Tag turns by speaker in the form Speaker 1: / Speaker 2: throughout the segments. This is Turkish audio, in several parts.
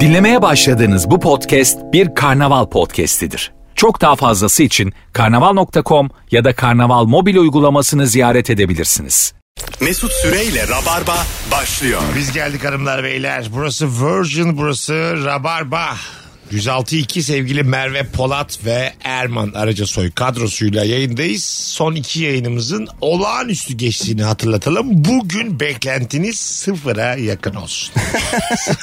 Speaker 1: Dinlemeye başladığınız bu podcast bir karnaval podcastidir. Çok daha fazlası için karnaval.com ya da karnaval mobil uygulamasını ziyaret edebilirsiniz.
Speaker 2: Mesut Süreyle Rabarba başlıyor.
Speaker 3: Biz geldik hanımlar beyler. Burası Virgin, burası Rabarba. 106.2 sevgili Merve Polat ve Erman Araca Soy kadrosuyla yayındayız. Son iki yayınımızın olağanüstü geçtiğini hatırlatalım. Bugün beklentiniz sıfıra yakın olsun.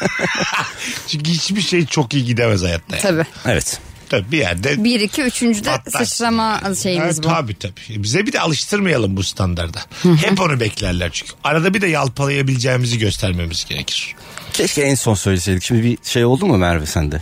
Speaker 3: Çünkü hiçbir şey çok iyi gidemez hayatta. yani.
Speaker 4: Tabii.
Speaker 5: Evet.
Speaker 3: Tabii bir yerde
Speaker 4: 1 2 3. de
Speaker 3: Patlar.
Speaker 4: sıçrama şeyimiz
Speaker 3: Evet,
Speaker 4: bu.
Speaker 3: E, Tabii tabii. Bize bir de alıştırmayalım bu standarda. Hep onu beklerler çünkü. Arada bir de yalpalayabileceğimizi göstermemiz gerekir.
Speaker 5: Keşke en son söyleseydik. Şimdi bir şey oldu mu Merve sende?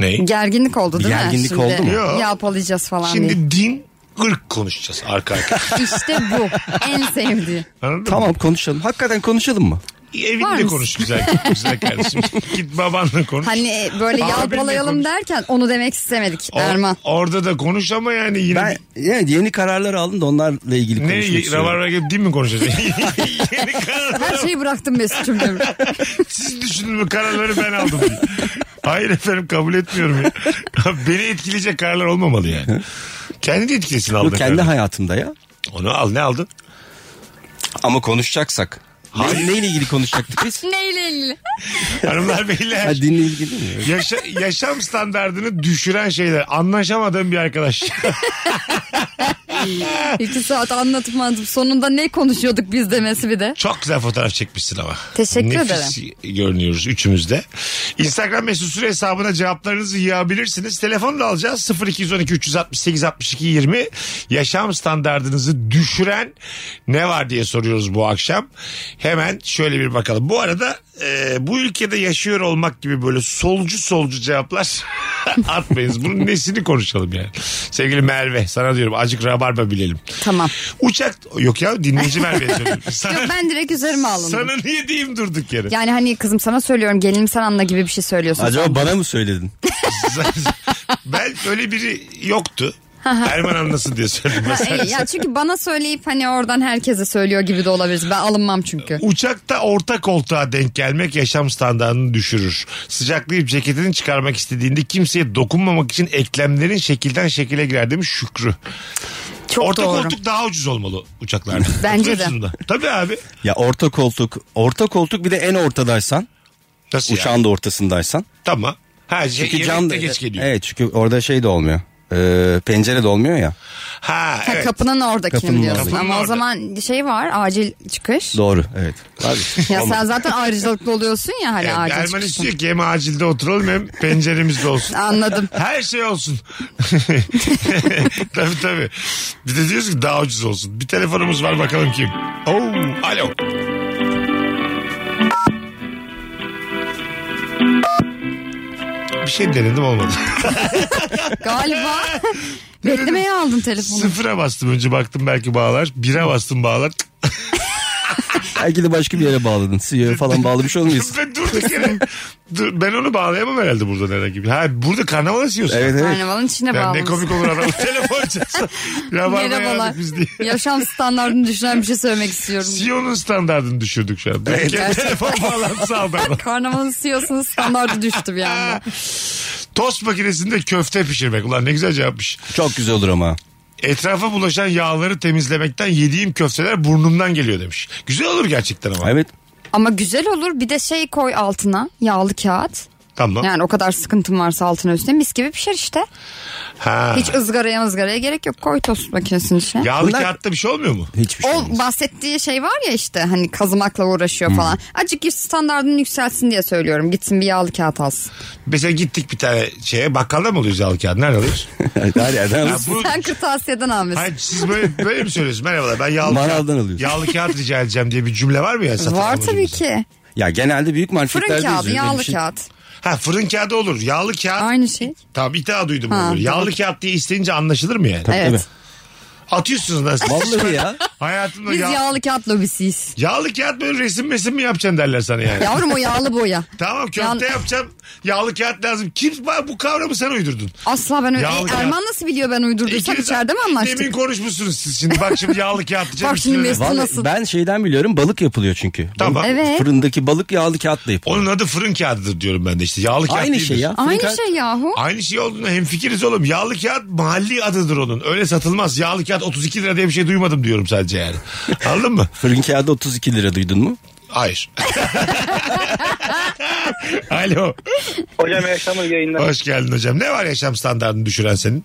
Speaker 3: Neyi?
Speaker 4: Gerginlik oldu değil mi?
Speaker 5: Gerginlik
Speaker 4: Şimdi
Speaker 5: oldu mu?
Speaker 3: Yok.
Speaker 4: Yalpalayacağız falan diye.
Speaker 3: Şimdi din ırk konuşacağız arka arka.
Speaker 4: İşte bu. en sevdiği.
Speaker 3: Anladın mı? E,
Speaker 5: Tamam konuşalım. Hakikaten konuşalım mı?
Speaker 3: Evinde
Speaker 4: Var mısın?
Speaker 3: konuş güzel, güzel kardeşim. Git babanla konuş.
Speaker 4: Hani böyle
Speaker 3: Abinle konuş.
Speaker 4: yalpalayalım derken onu demek istemedik
Speaker 3: O-
Speaker 4: Erman.
Speaker 3: Orada da konuş ama yani yine
Speaker 5: Ben evet, yeni kararlar aldım da onlarla ilgili
Speaker 3: ne
Speaker 5: konuşmak istiyorum.
Speaker 3: rabarba gelip din mi konuşacağız? Yeni
Speaker 4: Her
Speaker 3: kararları,
Speaker 4: şeyi bıraktım Mesut'cum demiş.
Speaker 3: siz düşünün bu kararları ben aldım. diye. Hayır efendim kabul etmiyorum ya. Beni etkileyecek kararlar olmamalı yani. Kendi de etkilesin aldın.
Speaker 5: Yok, kendi hayatımda ya.
Speaker 3: Onu al ne aldın?
Speaker 5: Ama konuşacaksak. Ne, neyle ilgili konuşacaktık biz?
Speaker 4: Neyle ilgili?
Speaker 3: Hanımlar
Speaker 5: ha,
Speaker 3: beyler.
Speaker 5: dinle ilgili mi?
Speaker 3: Yaşa, yaşam standartını düşüren şeyler. Anlaşamadığım bir arkadaş.
Speaker 4: İki saat anlatıp anlatıp sonunda ne konuşuyorduk biz demesi bir de.
Speaker 3: Çok güzel fotoğraf çekmişsin ama.
Speaker 4: Teşekkür
Speaker 3: Nefis görünüyoruz üçümüz de. Instagram mesut süre hesabına cevaplarınızı yığabilirsiniz. Telefonu da alacağız. 0212 368 62 20. Yaşam standartınızı düşüren ne var diye soruyoruz bu akşam. Hemen şöyle bir bakalım. Bu arada e, bu ülkede yaşıyor olmak gibi böyle solcu solcu cevaplar atmayınız. Bunun nesini konuşalım yani. Sevgili Merve sana diyorum acık rabarba bilelim.
Speaker 4: Tamam.
Speaker 3: Uçak yok ya dinleyici Merve'ye söylüyorum. Sana-
Speaker 4: Yok ben direkt üzerime alındım.
Speaker 3: sana niye diyeyim durduk yere?
Speaker 4: Yani hani kızım sana söylüyorum gelinim sen anla gibi bir şey söylüyorsun.
Speaker 5: Acaba bana mı söyledin?
Speaker 3: ben öyle biri yoktu. Erman anlasın diye söyledim
Speaker 4: Ha,
Speaker 3: mesela.
Speaker 4: evet, ya çünkü bana söyleyip hani oradan herkese söylüyor gibi de olabiliriz. Ben alınmam çünkü.
Speaker 3: Uçakta orta koltuğa denk gelmek yaşam standartını düşürür. Sıcaklayıp ceketini çıkarmak istediğinde kimseye dokunmamak için eklemlerin şekilden şekile girer demiş Şükrü.
Speaker 4: Çok
Speaker 3: orta
Speaker 4: doğru.
Speaker 3: koltuk daha ucuz olmalı uçaklarda.
Speaker 4: Bence de.
Speaker 3: Ucuzunda. Tabii abi.
Speaker 5: Ya orta koltuk. Orta koltuk bir de en ortadaysan.
Speaker 3: Nasıl yani?
Speaker 5: Uçağın da ortasındaysan.
Speaker 3: Tamam. Ha, çünkü
Speaker 5: Çünkü Şey, cam da.
Speaker 3: geç geliyor.
Speaker 5: Evet çünkü orada şey de olmuyor. Ee, pencere de olmuyor ya.
Speaker 3: Ha,
Speaker 4: Ha,
Speaker 3: evet.
Speaker 4: Kapının oradakini
Speaker 5: Kapının
Speaker 4: diyorsun
Speaker 3: oradaki.
Speaker 4: ama
Speaker 3: Kapının
Speaker 4: o zaman şey var acil çıkış.
Speaker 5: Doğru evet.
Speaker 4: ya sen zaten ayrıcalıklı oluyorsun ya hani
Speaker 3: Evet,
Speaker 4: acil
Speaker 3: Erman
Speaker 4: çıkış.
Speaker 3: istiyor ki hem acilde oturalım hem penceremizde olsun.
Speaker 4: Anladım.
Speaker 3: Her şey olsun. tabii tabii. Bir de diyoruz ki daha ucuz olsun. Bir telefonumuz var bakalım kim? Oo, alo. Bir şey denedim olmadı.
Speaker 4: Galiba beklemeye aldın telefonu.
Speaker 3: Sıfıra bastım önce baktım belki bağlar. Bire bastım bağlar.
Speaker 5: Belki de başka bir yere bağladın. CEO'ya falan bağlamış şey olmayız.
Speaker 3: Ve durduk yere. Dur, ben onu bağlayamam herhalde burada herhangi bir. Ha burada karnaval esiyorsun.
Speaker 5: Evet evet.
Speaker 4: Karnavalın içine
Speaker 3: Ya
Speaker 4: bağlı.
Speaker 3: ne komik olur adam telefon çalsa. Merhabalar.
Speaker 4: Merhabalar.
Speaker 3: Biz diye.
Speaker 4: Yaşam standartını düşünen bir şey söylemek istiyorum.
Speaker 3: CEO'nun standartını düşürdük şu an. Evet, telefon bağlantısı aldı adam.
Speaker 4: Karnavalın CEO'sunun standartı düştü bir anda.
Speaker 3: Tost makinesinde köfte pişirmek. Ulan ne güzel cevapmış.
Speaker 5: Çok güzel olur ama.
Speaker 3: Etrafa bulaşan yağları temizlemekten yediğim köfteler burnumdan geliyor demiş. Güzel olur gerçekten ama.
Speaker 5: Evet.
Speaker 4: Ama güzel olur bir de şey koy altına yağlı kağıt.
Speaker 3: Tamam.
Speaker 4: Yani o kadar sıkıntın varsa altına üstüne mis gibi pişer işte.
Speaker 3: ha.
Speaker 4: Hiç ızgaraya ızgaraya gerek yok. Koy tost makinesinin içine.
Speaker 3: Yağlı
Speaker 5: Bunlar-
Speaker 3: kağıtta bir şey olmuyor mu?
Speaker 5: Hiçbir şey
Speaker 4: O
Speaker 5: olmaz.
Speaker 4: bahsettiği şey var ya işte hani kazımakla uğraşıyor falan.
Speaker 3: Hmm.
Speaker 4: Acık iş standartını yükselsin diye söylüyorum. Gitsin bir yağlı kağıt alsın.
Speaker 3: Mesela gittik bir tane şeye bakkalda mı alıyoruz yağlı kağıdı? Nerede alıyoruz?
Speaker 5: Her yerden
Speaker 3: Ha,
Speaker 5: alırsın.
Speaker 3: bu,
Speaker 4: Sen kırtasiyeden almışsın.
Speaker 3: Hayır, siz böyle, böyle mi söylüyorsunuz? Merhabalar ben yağlı
Speaker 5: Manavdan
Speaker 3: kağıt,
Speaker 5: alıyoruz.
Speaker 3: yağlı kağıt rica edeceğim diye bir cümle var mı ya? satan
Speaker 4: Var
Speaker 3: amacımızda?
Speaker 4: tabii ki.
Speaker 5: Ya genelde büyük marketlerde şey-
Speaker 4: Fırın kağıdı,
Speaker 5: yazıyor. Benim
Speaker 4: yağlı
Speaker 5: için-
Speaker 4: kağıt.
Speaker 3: Ha fırın kağıdı olur. Yağlı kağıt.
Speaker 4: Aynı şey.
Speaker 3: Tamam bir daha duydum
Speaker 4: Ha,
Speaker 3: bunu. Yağlı
Speaker 4: tamam.
Speaker 3: kağıt diye isteyince anlaşılır mı yani?
Speaker 5: Tabii,
Speaker 4: Evet.
Speaker 5: tabii.
Speaker 3: Atıyorsunuz lan siz.
Speaker 5: Vallahi ya.
Speaker 3: Hayatımda
Speaker 4: Biz
Speaker 3: ya-
Speaker 4: yağlı kağıt lobisiyiz.
Speaker 3: yağlı kağıt böyle resim mesim mi yapacaksın derler sana yani.
Speaker 4: Yavrum o yağlı boya.
Speaker 3: Tamam köfte
Speaker 4: Yan-
Speaker 3: yapacağım. Yağlı kağıt lazım. Kim var bu kavramı sen uydurdun.
Speaker 4: Asla ben öyle.
Speaker 3: Yağlı
Speaker 4: E,
Speaker 3: kağıt.
Speaker 4: Erman nasıl biliyor ben uydurduysam
Speaker 3: İkiniz-
Speaker 4: içeride mi anlaştık?
Speaker 3: Demin konuşmuşsunuz siz şimdi. Bak şimdi yağlı kağıt diyeceğim.
Speaker 4: Bak şimdi
Speaker 3: üstüne de-
Speaker 4: Mesut-
Speaker 5: Vallahi
Speaker 4: Nasıl?
Speaker 5: ben şeyden biliyorum balık yapılıyor çünkü.
Speaker 3: Tamam.
Speaker 4: Evet.
Speaker 5: Fırındaki balık yağlı kağıtla yapılıyor.
Speaker 3: Onun adı fırın kağıdıdır diyorum ben de işte. Yağlı kağıt
Speaker 5: Aynı
Speaker 3: değildir.
Speaker 5: şey ya.
Speaker 4: Aynı
Speaker 5: Fırın-
Speaker 4: şey yahu.
Speaker 3: Aynı şey olduğunda hemfikiriz oğlum. Yağlı kağıt mahalli adıdır onun. Öyle satılmaz. Yağlı kağıt 32 lira diye bir şey duymadım diyorum sadece yani. Anladın mı?
Speaker 5: Fırın kağıdı 32 lira duydun mu?
Speaker 3: Hayır. Alo.
Speaker 6: Hocam iyi akşamlar iyi yayınlar.
Speaker 3: Hoş geldin hocam. Ne var yaşam standartını düşüren senin?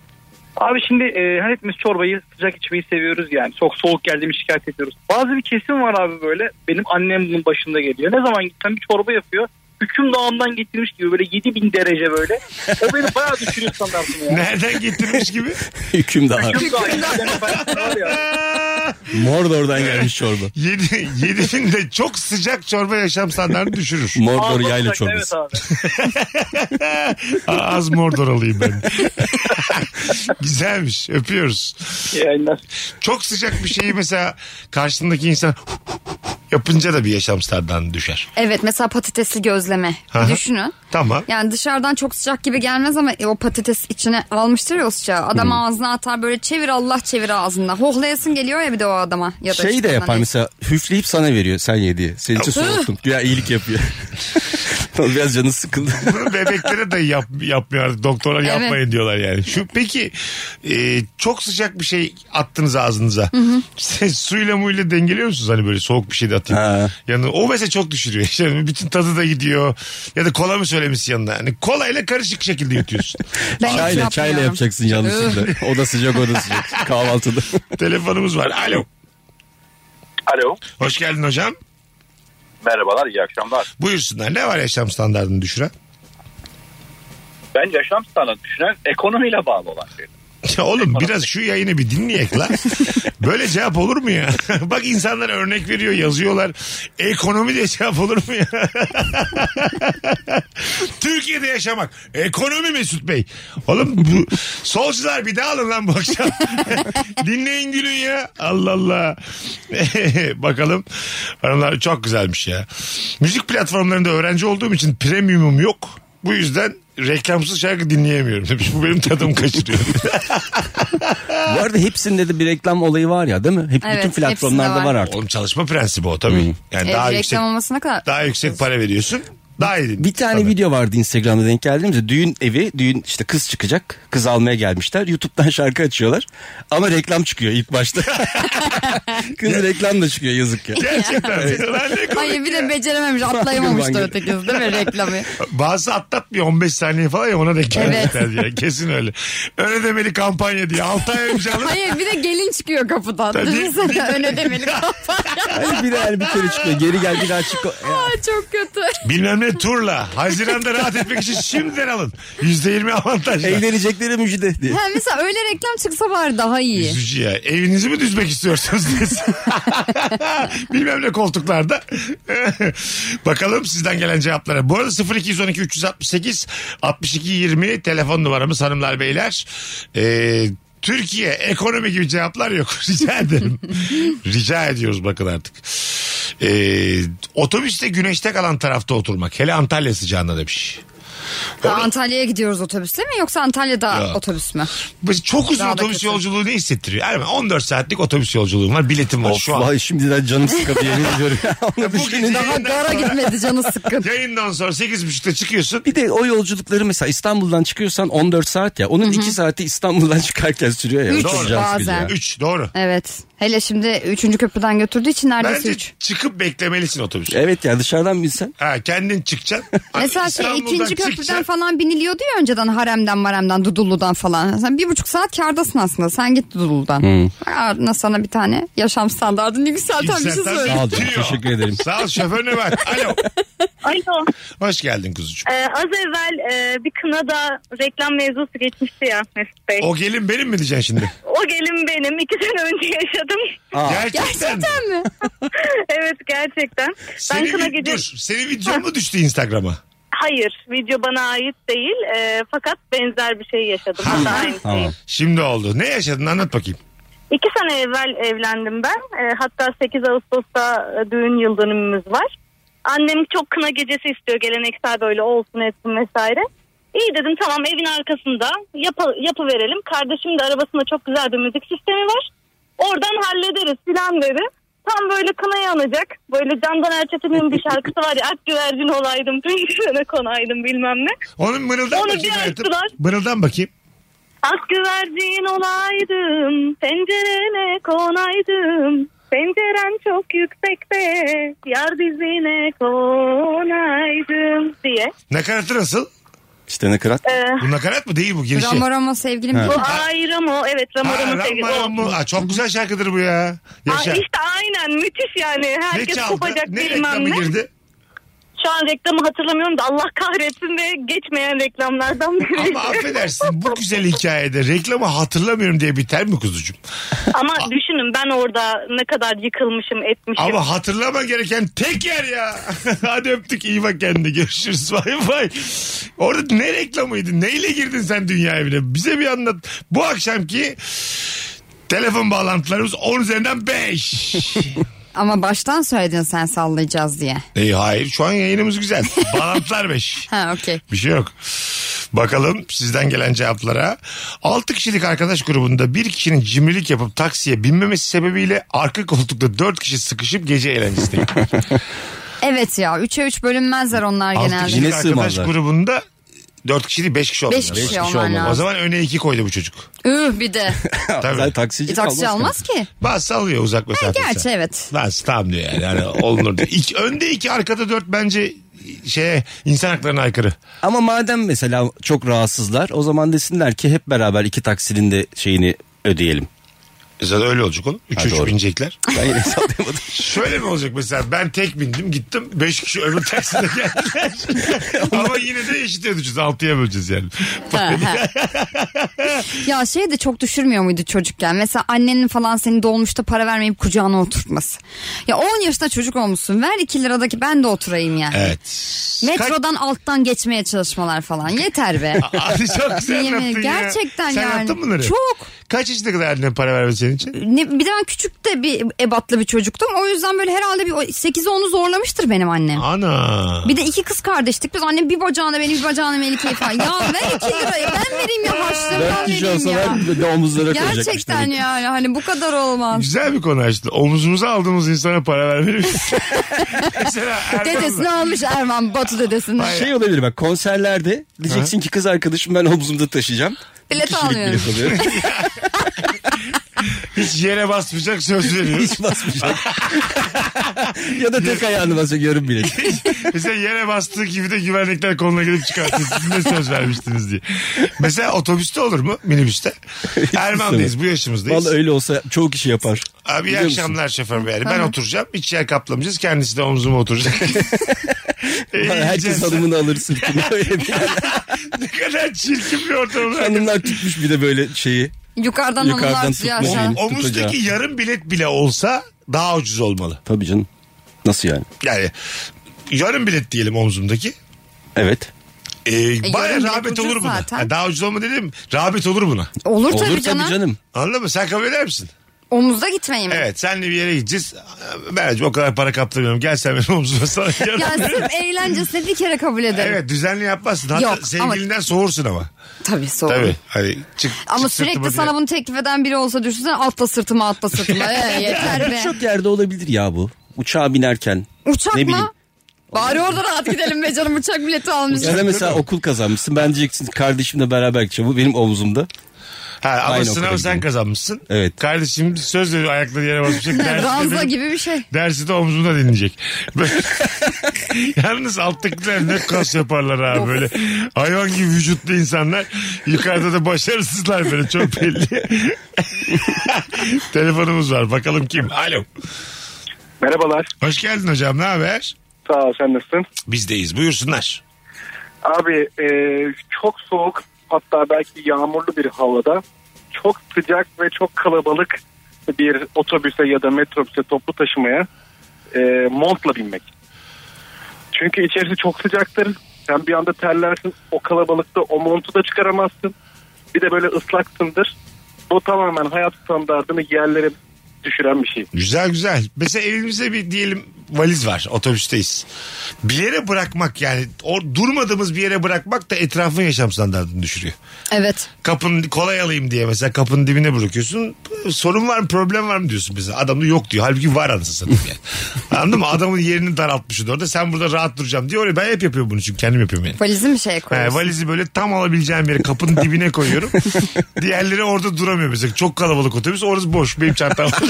Speaker 6: Abi şimdi e, hani hepimiz çorbayı sıcak içmeyi seviyoruz yani. Çok soğuk geldiğimi şikayet ediyoruz. Bazı bir kesim var abi böyle. Benim annem bunun başında geliyor. Ne zaman gitsem bir çorba yapıyor. Hüküm dağından getirmiş gibi böyle 7000 derece böyle. O beni bayağı düşürüyor standartımı ya.
Speaker 3: Nereden getirmiş gibi?
Speaker 5: Hüküm daha.
Speaker 6: Hüküm dağı yani ben- var ya.
Speaker 5: Mordor'dan gelmiş çorba.
Speaker 3: 7 7000 de çok sıcak çorba yaşam standartını düşürür.
Speaker 5: Mordor
Speaker 6: Ağzına
Speaker 5: yayla
Speaker 6: sıcak,
Speaker 5: çorbası.
Speaker 6: Evet abi.
Speaker 3: Az mordor alayım ben. Güzelmiş. Öpüyoruz.
Speaker 6: İyi Yayınlar.
Speaker 3: Çok sıcak bir şeyi mesela karşındaki insan yapınca da bir yaşam standartı düşer.
Speaker 4: Evet mesela patatesli gözleme.
Speaker 3: Hı hı.
Speaker 4: Düşünün.
Speaker 3: Tamam.
Speaker 4: Yani dışarıdan çok sıcak gibi gelmez ama e, o patates içine almıştır ya o sıcağı. Adam ağzına atar böyle çevir Allah çevir ağzında. Hohlayasın geliyor ya bir de o adama. Ya da
Speaker 5: Şey de
Speaker 4: işte
Speaker 5: yapar
Speaker 4: sana-
Speaker 5: mesela üfleyip sana veriyor sen ye diye. Senin için soğuttum. Güya iyilik yapıyor. Tabii Biraz canı sıkıldı.
Speaker 3: Bunu bebeklere de yap, yapmıyor artık. Doktorlar
Speaker 4: Evet.
Speaker 3: yapmayın diyorlar yani. Şu peki e, çok sıcak bir şey attınız ağzınıza. Siz suyla muyla dengeliyor musunuz hani böyle soğuk bir şey de atayım.
Speaker 5: Ha.
Speaker 3: Yani o mesela çok düşürüyor. İşte bütün tadı da gidiyor. Ya da kola mı söylemişsin yanına? Hani kolayla karışık şekilde yutuyorsun.
Speaker 4: Ben hiç
Speaker 5: çayla çayla
Speaker 4: yapmıyorum.
Speaker 5: yapacaksın yanlışlıkla. o da sıcak o da sıcak. Kahvaltıda.
Speaker 3: Telefonumuz var. Alo.
Speaker 7: Alo.
Speaker 3: Hoş geldin hocam.
Speaker 7: Merhabalar, iyi akşamlar.
Speaker 3: Buyursunlar. Ne var yaşam standartını düşüren?
Speaker 7: Ben yaşam standartı düşünen ekonomiyle bağlı olan şey.
Speaker 3: Ya oğlum biraz şu yayını bir dinleyek lan. Böyle cevap olur mu ya? Bak insanlar örnek veriyor yazıyorlar. Ekonomi diye cevap olur mu ya? Türkiye'de yaşamak. Ekonomi Mesut Bey. Oğlum bu solcular bir daha alın lan bu akşam. Dinleyin gülün ya. Allah Allah. Bakalım. Hanımlar çok güzelmiş ya. Müzik platformlarında öğrenci olduğum için premiumum yok. Bu yüzden reklamsız şarkı dinleyemiyorum demiş. Bu benim tadımı kaçırıyor.
Speaker 5: Bu arada hepsinde de bir reklam olayı var ya değil mi? Hep,
Speaker 4: Evet,
Speaker 5: bütün platformlarda
Speaker 4: hepsinde
Speaker 5: var.
Speaker 4: var.
Speaker 5: artık.
Speaker 3: Oğlum çalışma prensibi o tabii. Yani
Speaker 4: E,
Speaker 3: daha
Speaker 4: reklam
Speaker 3: yüksek
Speaker 4: olması ne kadar?
Speaker 3: daha yüksek para veriyorsun. Daha iyi.
Speaker 5: Bir tane
Speaker 3: Tabii.
Speaker 5: video vardı Instagram'da denk geldiğimizde düğün evi düğün işte kız çıkacak kız almaya gelmişler YouTube'dan şarkı açıyorlar ama reklam çıkıyor ilk başta kız reklam da çıkıyor yazık ya.
Speaker 3: Gerçekten. Lan ne komik
Speaker 4: Hayır bir
Speaker 3: ya.
Speaker 4: de becerememiş atlayamamıştı
Speaker 5: Bangır.
Speaker 4: öteki kız değil mi reklamı?
Speaker 3: Bazı atlatmıyor 15 saniye falan ya ona denk
Speaker 4: Evet.
Speaker 3: gelmişler ya. Kesin öyle. Öyle demeli kampanya diye. 6 ay önce alın.
Speaker 4: Hayır bir de gelin çıkıyor kapıdan.
Speaker 3: Tabii.
Speaker 4: Düşünsene ön ödemeli kapı.
Speaker 5: Hayır, Hani bir de yani bir kere çıkıyor geri gel bir daha çık. Ya,
Speaker 4: Ay, Çok kötü.
Speaker 3: Bilmem ne turla. Haziran'da rahat etmek için şimdiden alın. %20 avantajla.
Speaker 5: Eğlenecekleri müjde diye.
Speaker 4: Ha, mesela öyle reklam çıksa var daha iyi.
Speaker 3: Üzücü ya. Evinizi mi düzmek istiyorsunuz? siz? Bilmem ne koltuklarda. Bakalım sizden gelen cevaplara. Bu arada 0212 368 62 20 telefon numaramız hanımlar beyler. Ee, Türkiye ekonomi gibi cevaplar yok. Rica ederim. Rica ediyoruz bakın artık. Ee, otobüste güneşte kalan tarafta oturmak. Hele Antalya sıcağında demiş.
Speaker 4: Ha, Antalya'ya gidiyoruz otobüsle mi yoksa Antalya'da
Speaker 3: Yok.
Speaker 4: otobüs mü?
Speaker 3: Biz Çok uzun
Speaker 4: Daha da
Speaker 3: otobüs
Speaker 4: kötü.
Speaker 3: yolculuğu ne hissettiriyor? Yani 14 saatlik otobüs yolculuğum var. Biletim var
Speaker 5: Of
Speaker 3: şu an.
Speaker 5: vay şimdiden canım sıkıldı yemin ediyorum. ya. Onu
Speaker 3: Bu
Speaker 5: düşünün.
Speaker 3: gece
Speaker 4: Ha,
Speaker 3: yayından
Speaker 4: gara
Speaker 3: sonra-
Speaker 4: gitmedi canı sıkkın.
Speaker 3: Yayından sonra 8.30'da çıkıyorsun.
Speaker 5: Bir de o yolculukları mesela İstanbul'dan çıkıyorsan 14 saat ya. Onun 2 saati İstanbul'dan çıkarken sürüyor ya.
Speaker 4: Üç
Speaker 5: O çok can
Speaker 4: bazen.
Speaker 5: sıkıcı ya.
Speaker 3: 3 doğru.
Speaker 4: Evet. Hele şimdi 3. köprüden götürdüğü için neredeyse
Speaker 3: Bence
Speaker 4: 3.
Speaker 3: çıkıp beklemelisin otobüsü.
Speaker 5: Evet ya dışarıdan binsen.
Speaker 3: Ha, kendin çıkacaksın. Hani
Speaker 4: Mesela şey
Speaker 3: İstanbul'dan
Speaker 4: ikinci köprüden
Speaker 3: çıkacaksın.
Speaker 4: falan biniliyordu ya önceden haremden maremden Dudullu'dan falan. Sen bir buçuk saat kardasın aslında sen git Dudullu'dan. Ardına sana bir tane yaşam standartını yükselten bir şey
Speaker 3: Yükselten-
Speaker 4: söyle.
Speaker 5: Sağ ol canım
Speaker 3: Tüyo.
Speaker 5: teşekkür ederim.
Speaker 3: Sağ ol şoförüne bak. Alo.
Speaker 8: Alo.
Speaker 3: Hoş geldin kuzucuğum.
Speaker 8: Ee, az evvel e, bir kınada reklam mevzusu geçmişti ya Mesut Bey. O,
Speaker 3: O gelin benim mi diyeceksin şimdi?
Speaker 8: gelin benim. iki sene önce yaşadım.
Speaker 5: Aa.
Speaker 3: Gerçekten.
Speaker 4: Gerçekten mi?
Speaker 8: evet gerçekten.
Speaker 3: Senin,
Speaker 8: ben kına
Speaker 3: vid-
Speaker 8: gece...
Speaker 3: dur, senin videon mu düştü Instagram'a?
Speaker 8: Hayır video bana ait değil. E, fakat benzer bir şey yaşadım. Hatta aynı
Speaker 5: Tamam.
Speaker 8: şey.
Speaker 3: Şimdi oldu. Ne yaşadın anlat bakayım.
Speaker 8: İki sene evvel evlendim ben. E, hatta 8 Ağustos'ta e, düğün yıl dönümümüz var. Annem çok kına gecesi istiyor geleneksel böyle olsun etsin vesaire. İyi dedim tamam evin arkasında yapı, yapı verelim. Kardeşim de arabasında çok güzel bir müzik sistemi var. Oradan hallederiz filan dedi. Tam böyle kına yanacak. Böyle Candan Erçetin'in bir şarkısı var ya ak güvercin olaydım, pencerene konaydım bilmem ne.
Speaker 3: Onun mırıldan
Speaker 8: Onu
Speaker 3: bakayım
Speaker 8: bir
Speaker 3: hayatım.
Speaker 8: açtılar.
Speaker 3: Mırıldan bakayım.
Speaker 8: Ak güvercin olaydım, pencerene konaydım. Pencerem çok yüksekte, yar dizine konaydım diye.
Speaker 3: Nakaratı nasıl?
Speaker 5: İşte ne kırat?
Speaker 8: Ee,
Speaker 3: Bu nakarat mı? Değil bu girişi.
Speaker 4: Ramo Ramo sevgilim
Speaker 5: Ha.
Speaker 4: değil
Speaker 8: bu
Speaker 4: mi?
Speaker 8: Ay Ramo, evet Ramo
Speaker 3: Ha,
Speaker 8: Ramo
Speaker 3: Ram
Speaker 8: sevgili.
Speaker 3: Baram
Speaker 8: o.
Speaker 3: bu. Aa, çok güzel şarkıdır bu ya.
Speaker 8: Aa,
Speaker 3: Yaşa.
Speaker 8: işte aynen müthiş yani.
Speaker 3: ne
Speaker 8: Herkes
Speaker 3: çaldı?
Speaker 8: kopacak
Speaker 3: Ne
Speaker 8: bilmem
Speaker 3: reklamı
Speaker 8: ne.
Speaker 3: girdi?
Speaker 8: Şu an reklamı hatırlamıyorum da Allah kahretsin de geçmeyen reklamlardan biri.
Speaker 3: Ama affedersin bu güzel hikayede reklamı hatırlamıyorum diye biter mi kuzucuğum?
Speaker 8: Ama düşünün ben orada ne kadar yıkılmışım etmişim.
Speaker 3: Ama hatırlama gereken tek yer ya. Hadi öptük iyi bak kendine görüşürüz bay bay. Orada ne reklamıydı? Neyle girdin sen dünya evine? Bize bir anlat. Bu akşamki telefon bağlantılarımız 10 üzerinden 5.
Speaker 4: Ama baştan söyledin sen sallayacağız diye.
Speaker 3: e, hayır şu an yayınımız güzel. Bağlantılar 5.
Speaker 4: Ha okey.
Speaker 3: Bir şey yok. Bakalım sizden gelen cevaplara. 6 kişilik arkadaş grubunda bir kişinin cimrilik yapıp taksiye binmemesi sebebiyle arka koltukta 4 kişi sıkışıp gece eğlencesine gitti.
Speaker 4: Evet ya 3'e 3 bölünmezler onlar
Speaker 3: Altı
Speaker 4: genelde.
Speaker 3: kişilik
Speaker 5: Yine
Speaker 3: arkadaş
Speaker 5: sığmazlar.
Speaker 3: grubunda 4 kişi değil 5 kişi oldu.
Speaker 4: 5 kişi
Speaker 5: kişi
Speaker 4: olman
Speaker 5: olmalı.
Speaker 3: O
Speaker 4: lazım.
Speaker 3: zaman öne 2 koydu bu çocuk.
Speaker 4: Üh bir de.
Speaker 3: Tabii.
Speaker 5: Zaten taksici,
Speaker 4: Bir E, taksi
Speaker 5: kalmaz ki.
Speaker 4: almaz ki.
Speaker 3: Bazı sallıyor uzak mesafede.
Speaker 4: Gerçi evet.
Speaker 3: Lan tamam diyor yani. Hani olunur diyor. İki, önde 2 arkada 4 bence şeye insan haklarına aykırı.
Speaker 5: Ama madem mesela çok rahatsızlar o zaman desinler ki hep beraber iki taksinin de şeyini ödeyelim.
Speaker 3: E Zaten öyle olacak oğlum. 3
Speaker 5: Ha,
Speaker 3: 3
Speaker 5: doğru.
Speaker 3: binecekler.
Speaker 5: Ben yine hesaplayamadım.
Speaker 3: Şöyle mi olacak mesela ben tek bindim gittim 5 kişi öbür takside geldiler. Ama yine de eşit edeceğiz 6'ya böleceğiz yani.
Speaker 4: Ha, ha. ya şey de çok düşürmüyor muydu çocukken? Mesela annenin falan seni dolmuşta para vermeyip kucağına oturtması. Ya 10 yaşında çocuk olmuşsun. Ver 2 liradaki ben de oturayım yani.
Speaker 3: evet.
Speaker 4: Metrodan alttan geçmeye çalışmalar falan. Yeter be.
Speaker 3: Abi çok güzel
Speaker 4: Yemin-
Speaker 3: anlattın ya.
Speaker 4: Gerçekten
Speaker 3: Sen
Speaker 4: yani.
Speaker 3: yaptın bunları.
Speaker 4: Çok.
Speaker 3: Kaç yaşında kadar annen para vermesi senin için?
Speaker 4: Ne, bir de ben küçük de bir ebatlı bir çocuktum. O yüzden böyle herhalde bir 8-10'u zorlamıştır benim annem.
Speaker 3: Ana.
Speaker 4: Bir de iki kız kardeştik biz. Annem bir bacağına beni bir bacağına Melike'yi falan. Ya ver iki lirayı ben vereyim ya
Speaker 5: Dört
Speaker 4: harçlığımdan
Speaker 5: kişi
Speaker 4: vereyim ya.
Speaker 5: olsalar bir de omuzlara koyacakmış.
Speaker 4: Gerçekten
Speaker 5: demek.
Speaker 4: yani hani bu kadar olmaz.
Speaker 3: Güzel bir konu açtın. Omuzumuza aldığımız insana para vermeliyiz. Mesela Erman'la-
Speaker 4: Dedesini almış Erman Batu dedesini.
Speaker 5: Şey olabilir bak konserlerde diyeceksin ki kız arkadaşım ben omzumda taşıyacağım. Bir
Speaker 4: Bilet
Speaker 5: kişilik
Speaker 4: almıyorum.
Speaker 5: bilet alıyorum.
Speaker 3: Hiç yere basmayacak söz veriyoruz.
Speaker 5: Hiç basmayacağım. ya da tek ayağını basacak yarım bilet.
Speaker 3: Mesela yere bastığı gibi de güvenlikler koluna gelip çıkartıyor. Siz ne söz vermiştiniz diye. Mesela otobüste olur mu? Minibüste. Erman'dayız bu yaşımızdayız.
Speaker 5: Vallahi öyle olsa çoğu kişi yapar.
Speaker 3: Abi iyi
Speaker 5: Biliyor musun?
Speaker 3: akşamlar şoför bey. Yani Ben oturacağım. Hiç yer kaplamayacağız. Kendisi de omzuma oturacak.
Speaker 5: Herkes
Speaker 3: Eğleneceğiz.
Speaker 5: hanımını alır sırtına. Öyle bir-
Speaker 3: Ne kadar çirkin bir ortam.
Speaker 5: Hanımlar tutmuş bir de böyle şeyi.
Speaker 4: Yukarıdan,
Speaker 5: Yukarıdan
Speaker 4: hanımlar
Speaker 5: tutma
Speaker 4: ya aşağı.
Speaker 5: şeyini.
Speaker 3: O- Omuzdaki yarım bilet bile olsa daha ucuz olmalı.
Speaker 5: Tabii canım. Nasıl yani?
Speaker 3: Yani yarım bilet diyelim omzumdaki.
Speaker 5: Evet.
Speaker 3: Ee, baya
Speaker 4: yarın bile
Speaker 3: rağbet
Speaker 4: E, ucuz
Speaker 3: olur buna.
Speaker 4: zaten.
Speaker 3: Ha, daha ucuz olma dedim. Rağbet olur buna.
Speaker 4: Olur,
Speaker 5: Olur
Speaker 4: E, tabii canım.
Speaker 3: Anladın mı? Sen kabul eder misin?
Speaker 4: Omuzda gitmeyeyim.
Speaker 3: Evet. Senle bir yere gideceğiz. Merhacığım o kadar para kaptırmıyorum. Gel sen benim omzuma sana. yarın-
Speaker 4: Yani sırf eğlencesine bir kere kabul ederim.
Speaker 3: Evet düzenli yapmazsın. Hatta
Speaker 4: Yok,
Speaker 3: sevgilinden soğursun ama.
Speaker 4: Tabii soğuk.
Speaker 3: Tabii. Hani çık,
Speaker 4: Ama
Speaker 3: çık
Speaker 4: sürekli
Speaker 3: sırtıma
Speaker 4: sana
Speaker 3: diye.
Speaker 4: bunu teklif eden biri olsa düşünsene atla sırtıma atla sırtıma. Ee, yeter be.
Speaker 5: Çok yerde olabilir ya bu. Uçağa binerken.
Speaker 4: Uçak
Speaker 5: ne bileyim.
Speaker 4: mı? Bari orada rahat gidelim be canım uçak bileti almışım.
Speaker 5: Ya da mesela okul kazanmışsın. Ben diyeceksin kardeşimle beraber gideceğim. Bu benim omzumda.
Speaker 3: Ha, ama
Speaker 5: Aynı
Speaker 3: sınavı
Speaker 5: okula
Speaker 3: sen
Speaker 5: gidiyor.
Speaker 3: kazanmışsın.
Speaker 5: Evet.
Speaker 3: Kardeşim söz veriyor ayakları yere basmayacak. Dersi de
Speaker 4: Ranza
Speaker 3: benim-
Speaker 4: gibi bir şey.
Speaker 3: Dersi de omzumda dinleyecek. Böyle- Yalnız alttakiler ne kas yaparlar abi böyle. Hayvan gibi vücutlu insanlar. Yukarıda da başarısızlar böyle çok belli. Telefonumuz var bakalım kim? Alo.
Speaker 6: Merhabalar.
Speaker 3: Hoş geldin hocam ne haber?
Speaker 6: Sağ ol sen nasılsın?
Speaker 3: Bizdeyiz buyursunlar.
Speaker 6: Abi e, çok soğuk hatta belki yağmurlu bir havada çok sıcak ve çok kalabalık bir otobüse ya da metrobüse toplu taşımaya e, montla binmek. Çünkü içerisi çok sıcaktır. Sen bir anda terlersin. O kalabalıkta o montu da çıkaramazsın. Bir de böyle ıslaksındır.
Speaker 9: Bu tamamen hayat standartını yerlere düşüren bir şey.
Speaker 3: Güzel güzel. Mesela evimizde bir diyelim valiz var. Otobüsteyiz. Bir yere bırakmak yani o durmadığımız bir yere bırakmak da etrafın yaşam standartını düşürüyor.
Speaker 4: Evet.
Speaker 3: Kapının kolay alayım diye mesela kapının dibine bırakıyorsun. Sorun var mı problem var mı diyorsun mesela. Adam da yok diyor. Halbuki var anasını satayım yani. Anladın mı? Adamın yerini daraltmışsın orada. Sen burada rahat duracağım diyor. Öyle ben hep yapıyorum bunu çünkü kendim yapıyorum yani.
Speaker 4: Valizi mi şeye
Speaker 3: He,
Speaker 4: koyuyorsun?
Speaker 3: valizi böyle tam alabileceğim yere kapının dibine koyuyorum. Diğerleri orada duramıyor mesela. Çok kalabalık otobüs. Orası boş. Benim çantam var.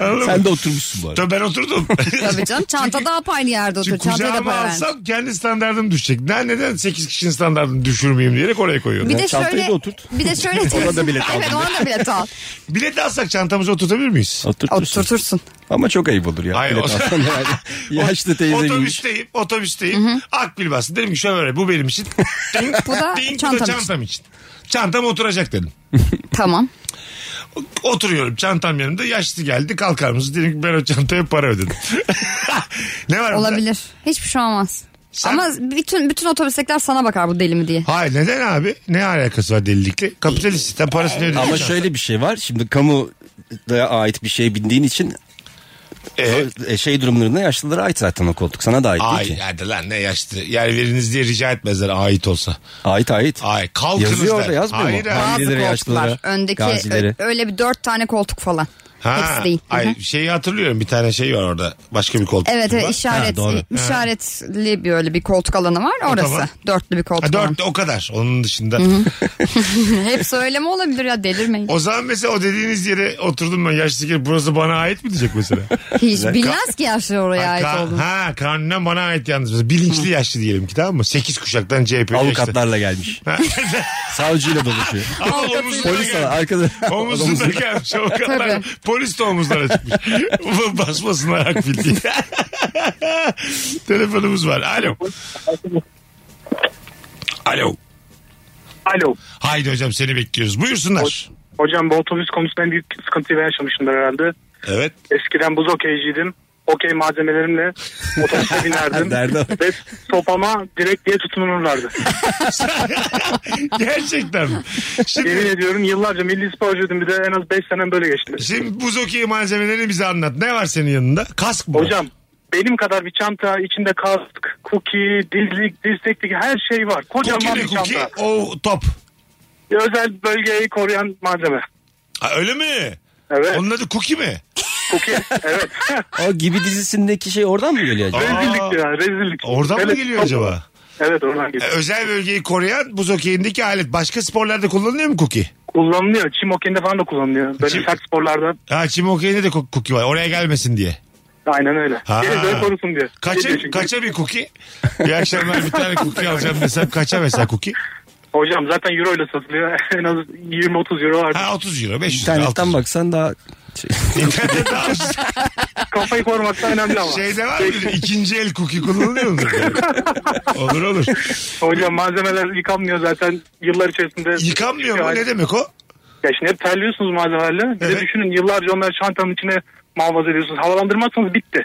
Speaker 3: Anladın mı?
Speaker 5: Sen de oturmuşsun bu arada.
Speaker 3: Tabii ben oturdum.
Speaker 4: Tabii canım çanta daha apayrı yerde otur.
Speaker 3: Çünkü
Speaker 4: Çantaya da
Speaker 3: kucağıma
Speaker 4: para ver.
Speaker 3: alsam kendi standardım düşecek. Ben neden 8 kişinin standartını düşürmeyeyim diyerek oraya koyuyorum.
Speaker 4: Bir de
Speaker 5: Çantayı
Speaker 4: şöyle
Speaker 5: da oturt.
Speaker 4: bir de şöyle
Speaker 5: Ona da bilet al.
Speaker 4: Evet, ona da bilet al.
Speaker 3: Bilet alsak çantamıza oturtabilir miyiz?
Speaker 5: Oturtursun.
Speaker 4: Oturtursun.
Speaker 5: Ama çok ayıp olur ya.
Speaker 3: Hayır,
Speaker 5: Bilet
Speaker 3: o-
Speaker 5: alsan yani. Yaşlı teyze giymiş.
Speaker 3: Otobüsteyim, otobüsteyim. Akbil bastı. Dedim ki şöyle bu benim için. Ding,
Speaker 4: Bu da
Speaker 3: ding,
Speaker 4: çantam için.
Speaker 3: çantam için. Çantam oturacak dedim.
Speaker 4: Tamam.
Speaker 3: Oturuyorum çantam yanımda yaşlı geldi kalkar mısın? Dedim ki ben o çantaya para ödedim. ne var bunda?
Speaker 4: Olabilir. Hiçbir şey olmaz.
Speaker 3: Sen-
Speaker 4: Ama bütün bütün otobüstekler sana bakar bu deli mi diye.
Speaker 3: Hayır neden abi? Ne alakası var delilikle? Kapitalist sistem parasını ödüyor.
Speaker 5: Ama şöyle bir şey var. Şimdi kamu da ait bir şey bindiğin için
Speaker 3: Ee,
Speaker 5: e, şey durumlarında yaşlılara ait zaten o koltuk. Sana da ait
Speaker 3: ay
Speaker 5: değil ki.
Speaker 3: hadi lan ne yaşlı. Yer veriniz diye rica etmezler ait olsa.
Speaker 5: Ait ait.
Speaker 3: Ay kalkınız
Speaker 5: Yazıyor orada
Speaker 3: der.
Speaker 5: yazmıyor mu?
Speaker 3: Hayır abi.
Speaker 5: Bazı Hangileri yaşlılara,
Speaker 4: koltuklar öndeki
Speaker 5: gazileri?
Speaker 4: ö- öyle bir dört tane koltuk falan.
Speaker 3: Ha,
Speaker 4: Hepsi değil. Hı hı.
Speaker 3: Ay, şeyi hatırlıyorum bir tane şey var orada. Başka bir koltuk.
Speaker 4: Evet
Speaker 3: var.
Speaker 4: evet işaret,
Speaker 5: Ha, doğru.
Speaker 4: işaretli bir öyle bir koltuk alanı var orası.
Speaker 3: tamam.
Speaker 4: Dörtlü bir koltuk
Speaker 3: Ha,
Speaker 4: alanı.
Speaker 3: dört o kadar. Onun dışında.
Speaker 4: Hepsi öyle mi olabilir ya delirmeyin.
Speaker 3: o zaman mesela o dediğiniz yere oturdum ben yaşlı kere burası bana ait mi diyecek mesela.
Speaker 4: Hiç bilmez ki yaşlı oraya
Speaker 3: ha,
Speaker 4: ait
Speaker 3: ka-
Speaker 4: olduğunu.
Speaker 3: ha karnına bana ait yalnız. Mesela bilinçli yaşlı diyelim ki tamam mı? Sekiz kuşaktan CHP
Speaker 5: Avukatlarla gelmiş. Savcıyla dolaşıyor.
Speaker 3: Ama omuzunda
Speaker 5: Polis var arkada.
Speaker 3: Omuzunda
Speaker 5: Omuzunda.
Speaker 3: gelmiş avukatlar.
Speaker 4: Tabii.
Speaker 3: Polis de omuzlara çıkmış. Basmasınlar akbil diye. Telefonumuz var. Alo. Alo.
Speaker 9: Alo.
Speaker 3: Haydi hocam seni bekliyoruz. Buyursunlar.
Speaker 9: Hocam bu otobüs konusunda en büyük sıkıntıyı ben yaşamışımdır herhalde.
Speaker 3: Evet.
Speaker 9: Eskiden buz okeyciydim. Okey malzemelerimle otobüse binerdim.
Speaker 5: Derdi o.
Speaker 9: Ve sopama direkt diye tutunurlardı.
Speaker 3: Gerçekten mi?
Speaker 9: Yemin
Speaker 3: Şimdi,
Speaker 9: ediyorum yıllarca milli sporcuydum bir de en az 5 senem böyle geçti.
Speaker 3: şimdi buz okeyi malzemelerini bize anlat. Ne var senin yanında? Kask mı? var?
Speaker 9: Hocam benim kadar bir çanta içinde kask, cookie, dizlik, dirseklik her şey var.
Speaker 3: Cookie
Speaker 9: Kocaman
Speaker 3: ne
Speaker 9: bir
Speaker 3: cookie?
Speaker 9: çanta.
Speaker 3: O top.
Speaker 9: Özel bölgeyi koruyan malzeme.
Speaker 3: Ha, öyle mi?
Speaker 9: Evet.
Speaker 3: Onun adı cookie mi?
Speaker 9: Cookie. evet.
Speaker 5: O gibi dizisindeki şey oradan mı geliyor acaba?
Speaker 9: rezillik ya rezillik.
Speaker 3: Oradan mı
Speaker 9: Evet,
Speaker 3: geliyor acaba?
Speaker 9: Evet oradan
Speaker 3: E,
Speaker 9: geliyor.
Speaker 3: Özel bölgeyi koruyan buz okeyindeki alet. Başka sporlarda kullanılıyor mu cookie?
Speaker 9: Kullanılıyor. Çim okeyinde falan da kullanılıyor. Böyle
Speaker 3: Çim-
Speaker 9: sert sporlarda.
Speaker 3: Ha çim okeyinde de ku- cookie var. Oraya gelmesin diye.
Speaker 9: Aynen öyle.
Speaker 3: Ha.
Speaker 9: Geri böyle korusun diye. Geliyor
Speaker 3: Kaça,
Speaker 9: çünkü.
Speaker 3: kaça bir cookie? İyi akşamlar bir tane cookie alacağım desem kaça mesela cookie?
Speaker 9: Hocam zaten euro ile satılıyor. en az 20-30 euro var.
Speaker 3: Ha 30 euro 500 lira.
Speaker 5: İnternetten
Speaker 3: 600 euro.
Speaker 5: baksan daha şey-
Speaker 3: İnternetten daha ucuz.
Speaker 9: Kafayı korumak da önemli ama.
Speaker 3: Şeyde var mı? İkinci el cookie kullanılıyor mu? olur olur.
Speaker 9: Hocam malzemeler yıkanmıyor zaten yıllar içerisinde.
Speaker 3: Yıkanmıyor mu? Ne demek o?
Speaker 9: Ya şimdi hep terliyorsunuz malzemelerle. Bir
Speaker 3: Evet.
Speaker 9: de düşünün yıllarca onlar çantanın içine muhafaza ediyorsunuz. Havalandırmazsanız bitti.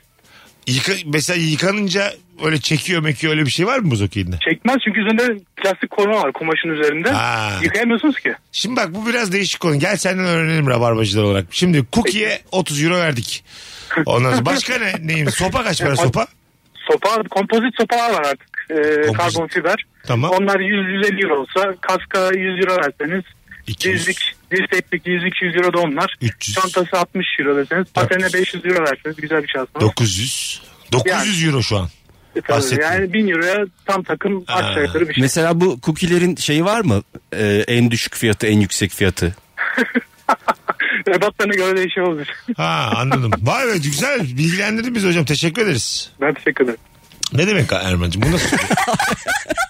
Speaker 3: Yıka, mesela yıkanınca öyle çekiyor mekiyor öyle bir şey var mı buz okeyinde?
Speaker 9: Çekmez çünkü üzerinde plastik koruma var kumaşın üzerinde.
Speaker 3: Ha.
Speaker 9: Yıkayamıyorsunuz ki.
Speaker 3: Şimdi bak bu biraz değişik konu. Gel senden öğrenelim rabarbacılar olarak. Şimdi cookie'ye 30 euro verdik. Ondan sonra başka ne, neyim? Sopa kaç para sopa?
Speaker 9: Sopa, kompozit sopalar var artık. Ee,
Speaker 3: Kompozit.
Speaker 9: Karbon fiber.
Speaker 3: Tamam.
Speaker 9: Onlar 100-150 euro olsa kaska 100 euro verseniz
Speaker 3: 200.
Speaker 9: dizlik, dirseklik 100-200 euro da onlar.
Speaker 3: 300.
Speaker 9: Çantası 60 euro deseniz. Patene 500 euro verseniz güzel bir şey aslında.
Speaker 3: 900. 900 euro şu an.
Speaker 9: E, tabii.
Speaker 3: bahsettim.
Speaker 9: yani 1000 euroya tam takım aşağı yukarı bir şey.
Speaker 5: Mesela bu kukilerin şeyi var mı? Ee, en düşük fiyatı, en yüksek fiyatı.
Speaker 9: Ebatlarına göre değişiyor olacak.
Speaker 3: Ha anladım. Vay be güzel bilgilendirdin bizi hocam. Teşekkür ederiz.
Speaker 9: ben teşekkür ederim.
Speaker 3: Ne demek Erman'cığım? Bu nasıl?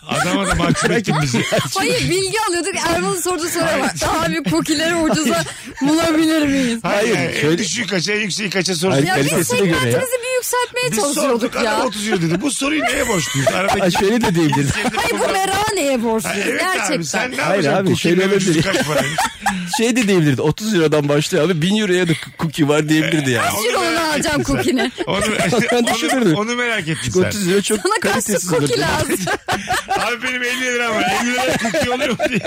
Speaker 3: Adama da mahcup ettin bizi.
Speaker 4: Hayır bilgi alıyorduk Erman'ın sorduğu soruya bak. Daha büyük kokileri ucuza bulabilir miyiz?
Speaker 3: Hayır.
Speaker 5: Hayır,
Speaker 3: en
Speaker 5: şöyle-
Speaker 3: düşüğü kaça en yükseği kaça sorusu.
Speaker 5: Hayır,
Speaker 4: Ya biz
Speaker 5: kalitesine göre ya.
Speaker 4: segmentimizi bir yükseltmeye
Speaker 3: Biz
Speaker 4: çalışıyorduk
Speaker 3: sorduk adam
Speaker 4: ya.
Speaker 3: 30 euro dedi. Bu soruyu neye borçluyuz? Aradaki
Speaker 5: Ay şöyle de diyebiliriz.
Speaker 3: İzleyicilerimiz-
Speaker 4: Hayır bu merak neye
Speaker 3: Ha,
Speaker 4: borçluyuz
Speaker 3: Evet abi
Speaker 4: gerçekten.
Speaker 3: sen ne
Speaker 5: Hayır
Speaker 3: yapacaksın?
Speaker 5: abi,
Speaker 3: Cookie'nin
Speaker 5: şöyle
Speaker 3: ölçüsü
Speaker 5: olabilir.
Speaker 3: kaç paraymış?
Speaker 5: şey de diyebilirdi. 30 liradan başlıyor abi 1000 euroya da cookie var diyebilirdi
Speaker 3: Ee,
Speaker 5: yani.
Speaker 4: Şur onu alacağım cookie'ni.
Speaker 3: Onu,
Speaker 5: Ben
Speaker 3: onu,
Speaker 5: düşünürdüm.
Speaker 3: onu merak ettim sen.
Speaker 5: 30 lira çok
Speaker 4: Sana kaç
Speaker 5: kalitesiz olur.
Speaker 4: cookie lazım?
Speaker 3: Abi benim 50 lira var. 50 lira cookie oluyor mu diye.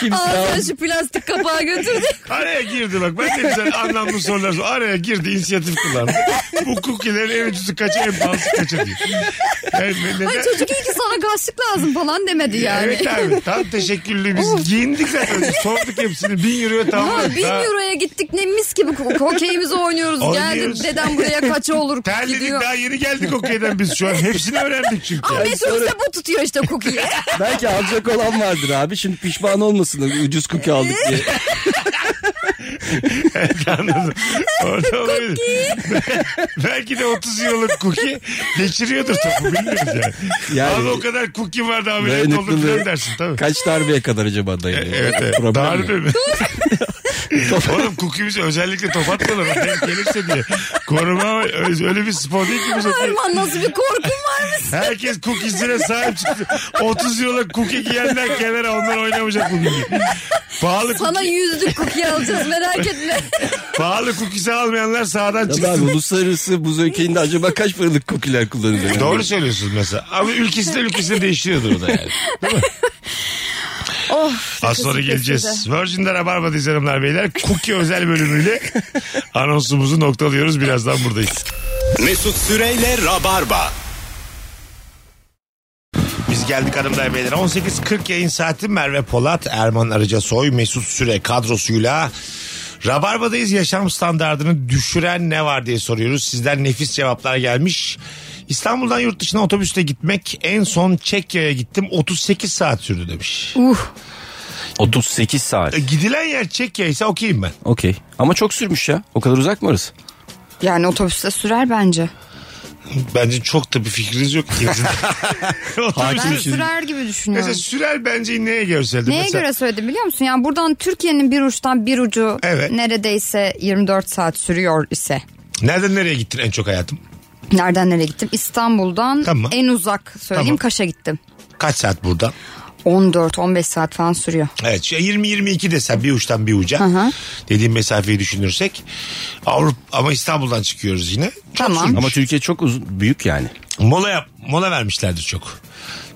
Speaker 5: Kimse
Speaker 4: Ağzına
Speaker 5: almaz.
Speaker 4: şu plastik kapağı götürdü.
Speaker 3: Araya girdi bak. Ben de güzel anlamlı sorular sor- Araya girdi inisiyatif kullandı. Bu cookie'lerin en ucuzu kaça en pahalısı kaça diyor. Yani ne- neden-
Speaker 4: Ay çocuk iyi ki sana kaçlık lazım falan demedi yani.
Speaker 3: Evet abi tam teşekkürlü biz giyindik zaten sorduk hepsini bin euroya
Speaker 4: Ha,
Speaker 3: tamam.
Speaker 4: bin euroya gittik ne mis gibi ko- kokeyimizi oynuyoruz.
Speaker 3: Oynuyoruz.
Speaker 4: Geldi dedem buraya kaça olur cookie
Speaker 3: Terledik
Speaker 4: diyor.
Speaker 3: daha yeni geldik okeyden biz şu an hepsini öğrendik çünkü.
Speaker 4: Ama metrobüste bu tutuyor işte cookie'yi.
Speaker 5: Belki alacak olan vardır abi. Şimdi pişman olmasın da ucuz cookie aldık diye.
Speaker 3: Anladım. Orada olabilir. Belki de 30 yıllık cookie geçiriyordur topu bilmiyoruz yani.
Speaker 5: Yani-
Speaker 3: Abi o kadar cookie vardı ameliyat oldu
Speaker 5: Dayanıklılığı-
Speaker 3: filan dersin tabii.
Speaker 5: Kaç darbeye kadar acaba dayanıyor?
Speaker 3: E, Evet evet.
Speaker 5: Problem
Speaker 3: Darbe
Speaker 5: yok.
Speaker 3: mi? Oğlum cookie'mizi özellikle top atmayalım. Denk gelirse diye. Koruma öyle bir spor değil ki bu zaten.
Speaker 4: Erman nasıl bir korkun varmış.
Speaker 3: Herkes cookiesine sahip çıktı. 30 yıllık cookie giyenler kenara onlar oynamayacak bugün. Pahalı,
Speaker 4: Sana
Speaker 3: cookie,
Speaker 4: yüzlük cookie alacağız merak etme.
Speaker 3: pahalı cookiesi almayanlar sağdan
Speaker 5: Tabii abi
Speaker 3: çıksın.
Speaker 5: uluslararası buz ülkeğinde acaba kaç paralık kokiler kullanılıyor? Yani
Speaker 3: Doğru söylüyorsun mesela. Ama ülkesi de ülkesi de değişiyordur o da yani. Değil mi?
Speaker 4: Of.
Speaker 3: Az sonra
Speaker 4: kesildi.
Speaker 3: geleceğiz. Virgin'de Rabarba'dayız hanımlar beyler. Cookie özel bölümüyle anonsumuzu noktalıyoruz. Birazdan buradayız.
Speaker 2: Mesut Süreyle Rabarba.
Speaker 3: Biz geldik hanımlar beyler. 18.40 yayın saati Merve Polat, Erman Arıca Soy, Mesut Süre kadrosuyla Rabarba'dayız. Yaşam standartını düşüren ne var diye soruyoruz. Sizden nefis cevaplar gelmiş. İstanbul'dan yurt dışına otobüste gitmek en son Çekya'ya gittim 38 saat sürdü demiş.
Speaker 4: Uh,
Speaker 5: 38 saat.
Speaker 3: E, Gidilen yer Çekya ise okeyim ben.
Speaker 5: Okey. Ama çok sürmüş ya. O kadar uzak mı orası?
Speaker 4: yani otobüste sürer bence.
Speaker 3: Bence çok da bir fikriniz yok.
Speaker 4: Ben
Speaker 5: Hakim şimdi.
Speaker 4: sürer gibi
Speaker 3: Mesela
Speaker 4: düşünüyorum.
Speaker 3: Sürel bence neye göre söyledi?
Speaker 4: Neye
Speaker 3: şey Mesela-
Speaker 4: göre söyledim biliyor musun? Yani buradan Türkiye'nin bir uçtan bir ucu
Speaker 3: Evet.
Speaker 4: neredeyse 24 saat sürüyor ise.
Speaker 3: Nereden nereye gittin en çok hayatım?
Speaker 4: Nereden nereye gittim? İstanbul'dan
Speaker 3: Tamam.
Speaker 4: en uzak söyleyeyim
Speaker 3: Tamam.
Speaker 4: Kaş'a gittim.
Speaker 3: Kaç saat buradan?
Speaker 4: 14-15 saat falan sürüyor.
Speaker 3: Evet şu 20-22 desem bir uçtan bir uca dediğim mesafeyi düşünürsek Avrupa ama İstanbul'dan çıkıyoruz yine. Çok
Speaker 4: Tamam.
Speaker 3: sürmüş.
Speaker 5: Ama Türkiye çok uzun, büyük yani.
Speaker 3: Mola, yap, mola vermişlerdir çok